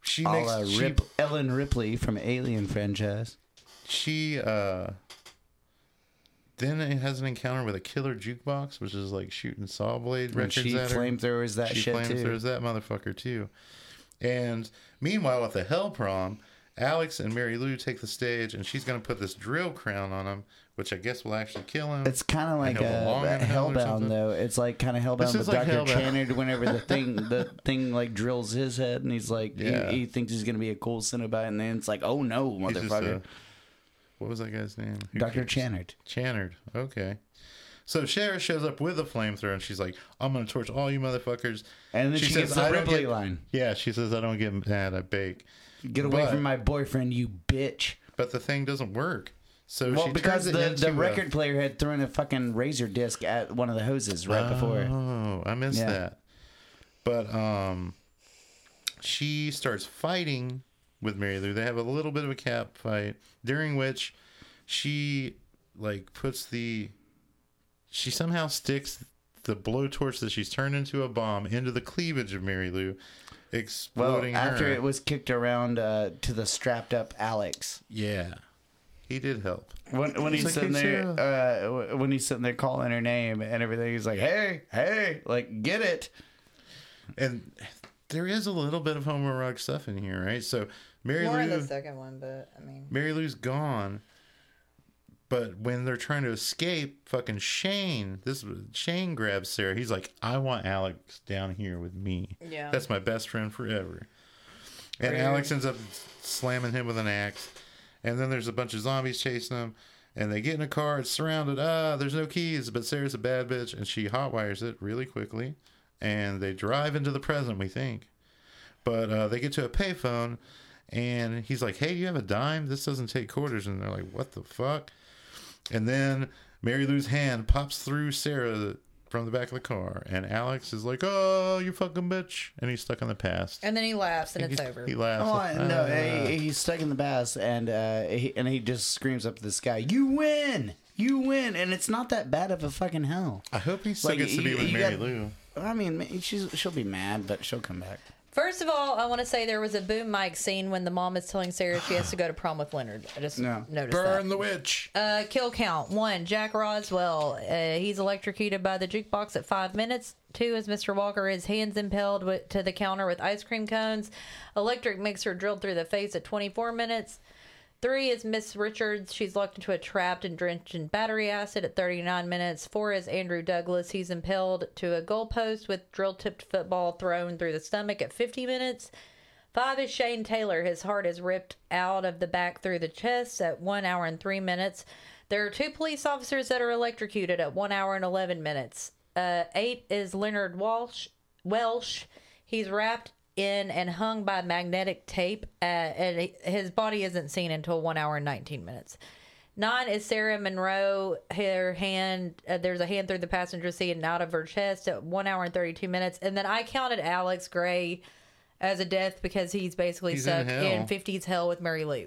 [SPEAKER 4] she
[SPEAKER 3] A
[SPEAKER 4] makes
[SPEAKER 3] la
[SPEAKER 4] she-
[SPEAKER 3] Rip, Ellen Ripley from Alien franchise.
[SPEAKER 4] she uh then it has an encounter with a killer jukebox, which is like shooting saw blade
[SPEAKER 3] And
[SPEAKER 4] records
[SPEAKER 3] she
[SPEAKER 4] at her.
[SPEAKER 3] flamethrowers that
[SPEAKER 4] she
[SPEAKER 3] shit too.
[SPEAKER 4] flamethrowers that motherfucker too. And meanwhile, at the hell prom, Alex and Mary Lou take the stage, and she's gonna put this drill crown on him, which I guess will actually kill him.
[SPEAKER 3] It's kind of like
[SPEAKER 4] held a long
[SPEAKER 3] a, a
[SPEAKER 4] inhale or something.
[SPEAKER 3] Hellbound though. It's like kind of Hellbound
[SPEAKER 4] is
[SPEAKER 3] with
[SPEAKER 4] like
[SPEAKER 3] Doctor
[SPEAKER 4] Hellbound.
[SPEAKER 3] Channard whenever the thing the thing like drills his head and he's like
[SPEAKER 4] Yeah.
[SPEAKER 3] he, he thinks he's gonna be a cool Cinnabite and then it's like oh no
[SPEAKER 4] He's just
[SPEAKER 3] motherfucker
[SPEAKER 4] a- what was that guy's name? Who
[SPEAKER 3] Doctor
[SPEAKER 4] cares?
[SPEAKER 3] Channard.
[SPEAKER 4] Channard. Okay. So Shara shows up with a flamethrower, and she's like, "I'm gonna torch all you motherfuckers."
[SPEAKER 3] And then she gets the
[SPEAKER 4] "I don't
[SPEAKER 3] Ripley
[SPEAKER 4] get-"
[SPEAKER 3] line.
[SPEAKER 4] Yeah, she says, "I don't get mad. I bake."
[SPEAKER 3] Get away
[SPEAKER 4] But-
[SPEAKER 3] from my boyfriend, you bitch.
[SPEAKER 4] but the thing doesn't work. So
[SPEAKER 3] Well,
[SPEAKER 4] she
[SPEAKER 3] because
[SPEAKER 4] turns it
[SPEAKER 3] the, the
[SPEAKER 4] into a-
[SPEAKER 3] record player had thrown a fucking razor disc at one of the hoses right before.
[SPEAKER 4] Oh, I missed
[SPEAKER 3] Yeah.
[SPEAKER 4] that. But um, she starts fighting with Mary Lou. They have a little bit of a cap fight during which she like puts the she somehow sticks the blowtorch that she's turned into a bomb into the cleavage of Mary Lou, exploding
[SPEAKER 3] well, after
[SPEAKER 4] her.
[SPEAKER 3] it was kicked around uh, to the strapped up Alex.
[SPEAKER 4] yeah, he did help.
[SPEAKER 3] When, when he's,
[SPEAKER 4] like,
[SPEAKER 3] sitting
[SPEAKER 4] "Hey,
[SPEAKER 3] there, uh, w- when he's sitting there calling her name and everything, he's like, "Hey, hey, like get it."
[SPEAKER 4] And there is a little bit of homoerotic stuff in here, right? So Mary
[SPEAKER 5] More in
[SPEAKER 4] Lou,
[SPEAKER 5] the second one, but I mean,
[SPEAKER 4] Mary Lou's gone. But when they're trying to escape, fucking Shane, this Shane grabs Sarah. He's like, "I want Alex down here with me.
[SPEAKER 5] Yeah.
[SPEAKER 4] that's my best friend forever." And Alex ends up slamming him with an axe. And then there's a bunch of zombies chasing them. And they get in a car. It's surrounded. Ah, there's no keys. But Sarah's a bad bitch, and she hotwires it really quickly. And they drive into the present. We think but uh, they get to a payphone and he's like hey you have a dime this doesn't take quarters and they're like what the fuck and then mary lou's hand pops through sarah from the back of the car and alex is like oh you fucking bitch and he's stuck in the past
[SPEAKER 5] and then he laughs and it's
[SPEAKER 4] He's-
[SPEAKER 5] over.
[SPEAKER 4] he laughs
[SPEAKER 3] Oh I- no,
[SPEAKER 4] Ah.
[SPEAKER 3] he, he's stuck in the bass, and uh, he, and he just screams up to the sky, "You win, you win!" And it's not that bad of a fucking hell.
[SPEAKER 4] i hope he still
[SPEAKER 3] Like,
[SPEAKER 4] gets to be
[SPEAKER 3] you-
[SPEAKER 4] with
[SPEAKER 3] you
[SPEAKER 4] mary
[SPEAKER 3] got-
[SPEAKER 4] lou
[SPEAKER 3] I mean, ma- she's she'll be mad, but she'll come back.
[SPEAKER 2] First of all, I want to say there was a boom mic scene when the mom is telling Sarah she has to go to prom with Leonard. I just
[SPEAKER 3] No.
[SPEAKER 2] noticed that.
[SPEAKER 4] burn the witch
[SPEAKER 2] Uh, kill count one Jack Roswell. Uh, he's electrocuted by the jukebox at five minutes. Two is Mr. Walker. His hands impaled with, to the counter with ice cream cones. Electric mixer drilled through the face at 24 minutes. Three is Miss Richards. She's locked into a trap and drenched in battery acid at 39 minutes. Four is Andrew Douglas. He's impaled to a goalpost with drill tipped football thrown through the stomach at 50 minutes. Five is Shane Taylor. His heart is ripped out of the back through the chest at one hour and three minutes. There are two police officers that are electrocuted at one hour and 11 minutes. Uh, eight is Leonard Walsh. Welsh. He's wrapped in and hung by magnetic tape, uh, and he- his body isn't seen until one hour and 19 minutes. Nine is Sarah Monroe. Her hand, uh, there's a hand through the passenger seat and out of her chest at one hour and 32 minutes. And then I counted Alex Gray as a death because he's basically
[SPEAKER 4] He's
[SPEAKER 2] stuck
[SPEAKER 4] in hell.
[SPEAKER 2] in, 50s hell with Mary Lou.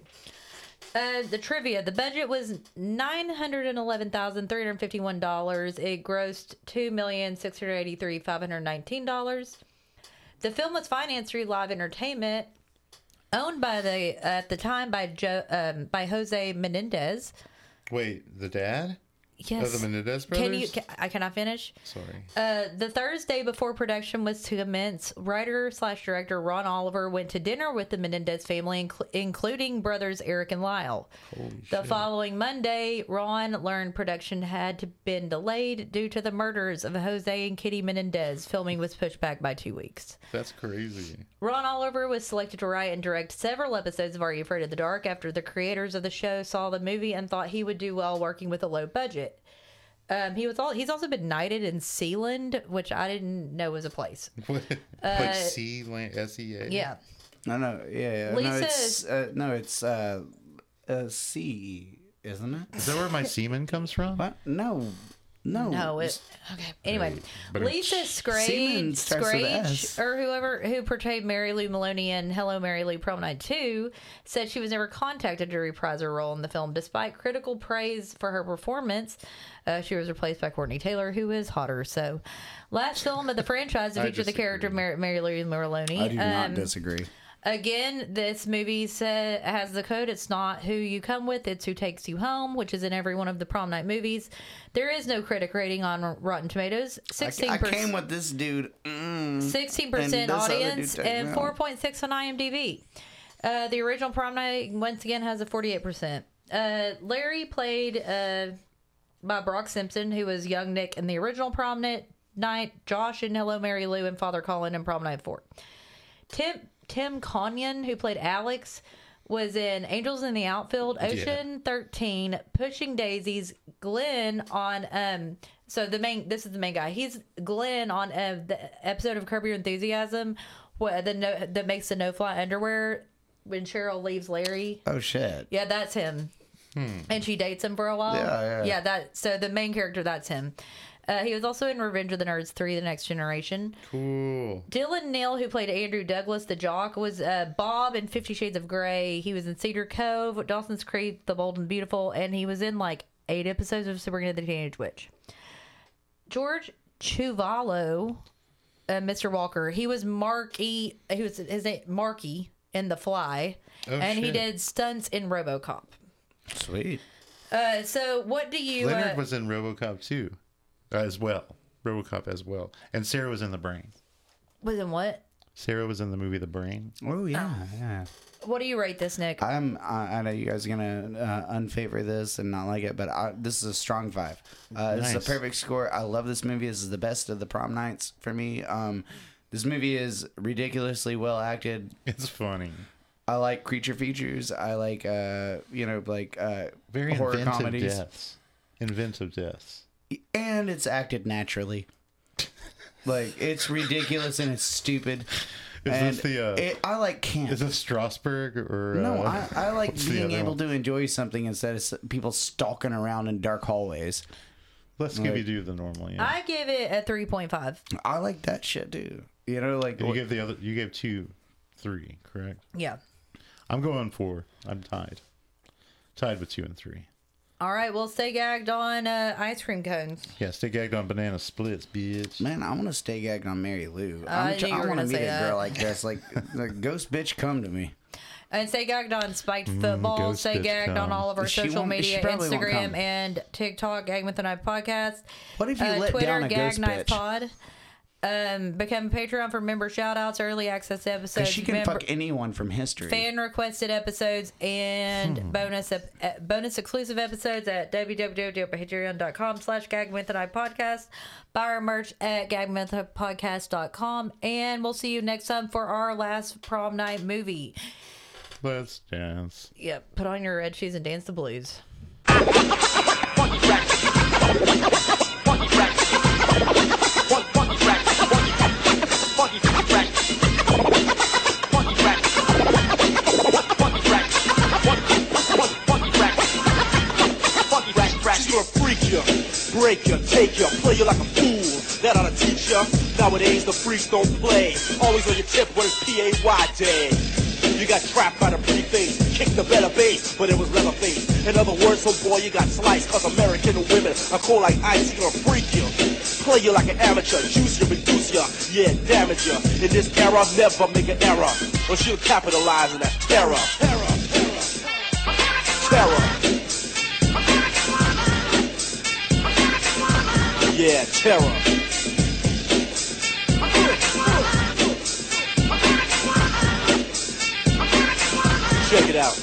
[SPEAKER 2] Uh, the trivia: the budget was nine hundred and eleven thousand three hundred fifty-one dollars. It grossed two million six hundred eighty-three five hundred nineteen dollars. The film was financed through Live Entertainment, owned by the at the time by Joe um, by Jose Menendez.
[SPEAKER 4] wait the dad
[SPEAKER 2] Yes,
[SPEAKER 4] of the menendez brothers
[SPEAKER 2] can you? Can, I cannot finish.
[SPEAKER 4] sorry
[SPEAKER 2] Uh, the Thursday before production was to commence, writer slash director Ron Oliver went to dinner with the Menendez family, incl- including brothers Eric and Lyle. the following Monday, Ron learned production had to been delayed due to the murders of Jose and Kitty Menendez. Filming was pushed back by two weeks.
[SPEAKER 4] that's crazy
[SPEAKER 2] Ron Oliver was selected to write and direct several episodes of Are You Afraid of the Dark after the creators of the show saw the movie and thought he would do well working with a low budget. Um, he was all he's also been knighted in Sealand, which I didn't know was a place.
[SPEAKER 4] what like c Lan- s-e-a
[SPEAKER 2] Uh,
[SPEAKER 4] E
[SPEAKER 2] Yeah.
[SPEAKER 3] No, no, yeah, yeah. no,
[SPEAKER 2] Lisa
[SPEAKER 3] it's
[SPEAKER 2] is-
[SPEAKER 3] uh, no, it's uh, uh, C, isn't it?
[SPEAKER 4] is that where my semen comes from
[SPEAKER 3] What? No, no.
[SPEAKER 2] No, it okay. Anyway,
[SPEAKER 4] but-
[SPEAKER 2] Lisa
[SPEAKER 3] Sealand
[SPEAKER 2] Scrage,
[SPEAKER 3] starts with a
[SPEAKER 2] Scrage,
[SPEAKER 3] S.
[SPEAKER 2] or whoever who portrayed Mary Lou Maloney in Hello Mary Lou Prom Night Two, said she was never contacted to reprise her role in the film, despite critical praise for her performance. Uh, she was replaced by Courtney Taylor, who is hotter. So, last film of the franchise to
[SPEAKER 4] I
[SPEAKER 2] feature the character of Mary, Mary Lou Maloney.
[SPEAKER 3] I do not
[SPEAKER 2] Um,
[SPEAKER 3] disagree.
[SPEAKER 2] Again, this movie said, has the code it's not who you come with, it's who takes you home, which is in every one of the prom night movies. There is no critic rating on Rotten Tomatoes.
[SPEAKER 3] I, I
[SPEAKER 2] 16%,
[SPEAKER 3] came with this dude. Mm.
[SPEAKER 2] 16%
[SPEAKER 3] and this other dude
[SPEAKER 2] audience
[SPEAKER 3] take
[SPEAKER 2] and
[SPEAKER 3] me
[SPEAKER 2] 4.6 on IMDb. Uh, the original prom night, once again, has a 48%. Uh, Larry played uh, by Brock Simpson, who was young Nick in the original prom night, night Josh in Hello, Mary Lou, and Father Colin in prom night 4. Tim Tim Conyon, who played Alex, was in Angels in the Outfield, Ocean 13, Pushing Daisies, Glenn on um so the main this is the main guy. He's Glenn on uh, the episode of Curb Your Enthusiasm where the no, that makes the no fly underwear when Cheryl leaves Larry.
[SPEAKER 3] Oh shit.
[SPEAKER 2] Yeah, that's him.
[SPEAKER 4] Mm-hmm.
[SPEAKER 2] And she dates him for a while.
[SPEAKER 3] Yeah, yeah.
[SPEAKER 2] that so the main character that's him. Uh, he was also in Revenge of the Nerds 3 The Next Generation.
[SPEAKER 4] cool
[SPEAKER 2] Dylan Neal, who played Andrew Douglas, the jock, was uh, Bob in Fifty Shades of Grey. He was in Cedar Cove, Dawson's Creek, The Bold and Beautiful, and he was in like eight episodes of Sabrina the Teenage Witch. George Chuvalo, uh, Mr. Walker. He was Marky. He was his name Marky in The Fly,
[SPEAKER 4] Oh,
[SPEAKER 2] and he
[SPEAKER 4] shit.
[SPEAKER 2] did stunts in RoboCop.
[SPEAKER 3] Sweet.
[SPEAKER 2] Uh, so what do you?
[SPEAKER 4] Leonard
[SPEAKER 2] Uh,
[SPEAKER 4] was in RoboCop too, as well. RoboCop as well, and Sarah was in The Brain.
[SPEAKER 2] was in what?
[SPEAKER 4] Sarah was in the movie The Brain.
[SPEAKER 3] Oh yeah, yeah.
[SPEAKER 2] What do you rate this, Nick?
[SPEAKER 3] I'm. I, I know you guys are gonna uh, unfavor this and not like it, but I, this is a strong five. Uh, This
[SPEAKER 4] Nice.
[SPEAKER 3] is a perfect score. I love this movie. This is the best of the prom nights for me. Um, this movie is ridiculously well acted.
[SPEAKER 4] It's funny.
[SPEAKER 3] I like creature features. I like uh, you know, like uh,
[SPEAKER 4] Very
[SPEAKER 3] horror
[SPEAKER 4] inventive
[SPEAKER 3] comedies,
[SPEAKER 4] deaths. Inventive deaths.
[SPEAKER 3] and it's acted naturally. like it's ridiculous and it's stupid.
[SPEAKER 4] Is
[SPEAKER 3] and
[SPEAKER 4] this the? Uh,
[SPEAKER 3] it, I like camp.
[SPEAKER 4] is this Strasbourg or?
[SPEAKER 3] No, I,
[SPEAKER 4] uh,
[SPEAKER 3] I like
[SPEAKER 4] what's the
[SPEAKER 3] being
[SPEAKER 4] other
[SPEAKER 3] able
[SPEAKER 4] one?
[SPEAKER 3] to enjoy something instead of s- people stalking around in dark hallways.
[SPEAKER 4] Let's Scooby Doo the normal. Yeah.
[SPEAKER 2] I give it a three point five.
[SPEAKER 3] I like that shit too. You know, like
[SPEAKER 4] you gave the other. You gave two, three. Correct.
[SPEAKER 2] Yeah.
[SPEAKER 4] I'm going four. I'm tied. Tied with two and three.
[SPEAKER 2] All right, we'll stay gagged on uh, ice cream cones.
[SPEAKER 4] Yeah, stay gagged on banana splits, bitch.
[SPEAKER 3] man, I want to stay gagged on Mary Lou.
[SPEAKER 2] I
[SPEAKER 3] I'm
[SPEAKER 2] knew
[SPEAKER 3] tr-
[SPEAKER 2] you
[SPEAKER 3] I
[SPEAKER 2] were
[SPEAKER 3] want to
[SPEAKER 2] gonna
[SPEAKER 3] meet a
[SPEAKER 2] say that.
[SPEAKER 3] girl like this. Like the ghost bitch, come to me.
[SPEAKER 2] And stay gagged on spiked
[SPEAKER 3] Mm,
[SPEAKER 2] football.
[SPEAKER 4] ghost
[SPEAKER 2] stay
[SPEAKER 4] bitch
[SPEAKER 2] gagged on
[SPEAKER 4] come.
[SPEAKER 2] all of our
[SPEAKER 3] She
[SPEAKER 2] social
[SPEAKER 3] won't- she
[SPEAKER 2] media,
[SPEAKER 3] probably won't
[SPEAKER 2] Instagram
[SPEAKER 3] come.
[SPEAKER 2] and TikTok. Gag with the Knife podcast. uh,
[SPEAKER 3] What if you let
[SPEAKER 2] Twitter,
[SPEAKER 3] down a
[SPEAKER 2] Gag
[SPEAKER 3] ghost
[SPEAKER 2] Knife
[SPEAKER 3] bitch?
[SPEAKER 2] Pod. Um, become a Patreon for member shout outs, early access
[SPEAKER 3] Cause
[SPEAKER 2] episodes,
[SPEAKER 3] she can
[SPEAKER 2] member-
[SPEAKER 3] fuck anyone from history.
[SPEAKER 2] fan requested episodes, and bonus ep- uh, bonus exclusive episodes at www.patreon.com slash Gag with the Knife podcast. Buy our merch at gagmethapodcast.com. And we'll see you next time for our last prom night movie.
[SPEAKER 4] Let's dance.
[SPEAKER 2] Yep. Put on your red shoes and dance the blues.
[SPEAKER 6] You're a freak, you break you, take you, play you like a fool. That ought to teach you. Nowadays the freaks don't play. Always on your tip when it's PAY day. You got trapped by the pretty face, kicked the better base, but it was leather face. In other words, so boy, you got sliced, cause American women are cold like ice, you gonna freak you. Play you like an amateur, juice you, reduce you, yeah, damage you. In this era, never make an error, or she'll capitalize on that terror. Terror. Yeah, terror. Check it out.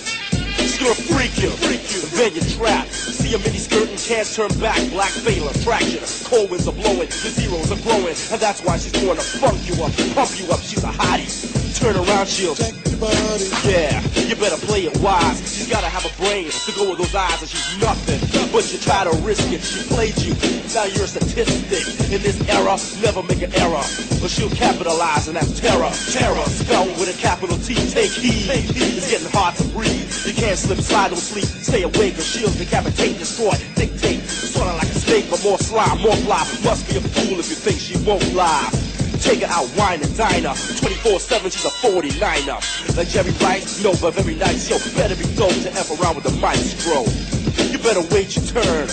[SPEAKER 6] You're a freak, you freak you. Then you're trapped. See a mini skirt and can't turn back. Black failure, traction. Cold winds are blowing, the zeros are growing. And that's why she's going to funk you up, pump you up. She's a hottie. Turn around, she'll check your body. Yeah, you better play it wise. She's gotta have a brain to go with those eyes, and she's nothing. But you try to risk it. She played you. Now you're a statistic. In this era, never make an error. But she'll capitalize on that terror. Terror, spelled with a capital T. Take heed. It's getting hard to breathe. You can't slip, slide, or sleep. Stay awake, or she'll decapitate, destroy, dictate. Sorta like a snake, but more slime, more fly. Must be a fool if you think she won't lie. Take her out, wine and dine her. 24-7, she's a 49er. Like Jerry Rice, no, but very nice. Yo, better be dope to F around with the maestro. You better wait your turn.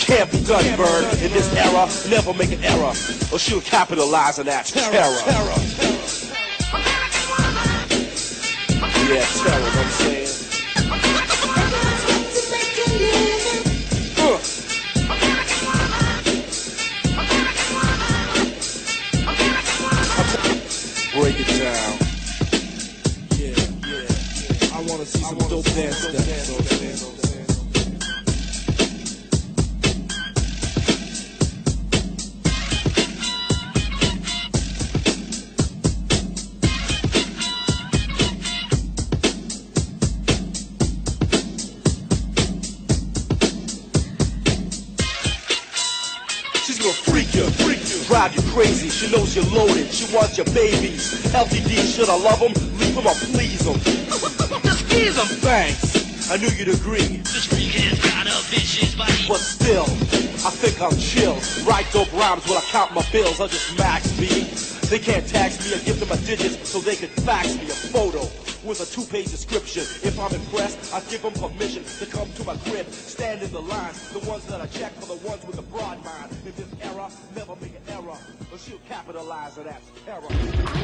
[SPEAKER 6] Can't be done, Bird. In this era, never make an error. Or she'll capitalize on that terror. Yeah, terror, know what I'm saying? Uh. Break it down. Yeah, yeah, yeah. I wanna see some dope dance steps. you know what I'm saying? She's gonna freak you, freak you, drive you crazy. She knows you're loaded. She wants your babies. LTD, should I love them? Leave them or please them? Just please them. Thanks. I knew you'd agree.
[SPEAKER 7] This weekend, kind of vicious body.
[SPEAKER 6] But still, I think I'm chill. Write dope rhymes when I count my bills. I'll just max B. They can't tax me or give them my digits so they could fax me a photo. with a two-page description. If I'm impressed, I give them permission to come to my crib, stand in the line. The ones that I check are the ones with the broad mind. If there's error, never make an error, or she'll capitalize on that error.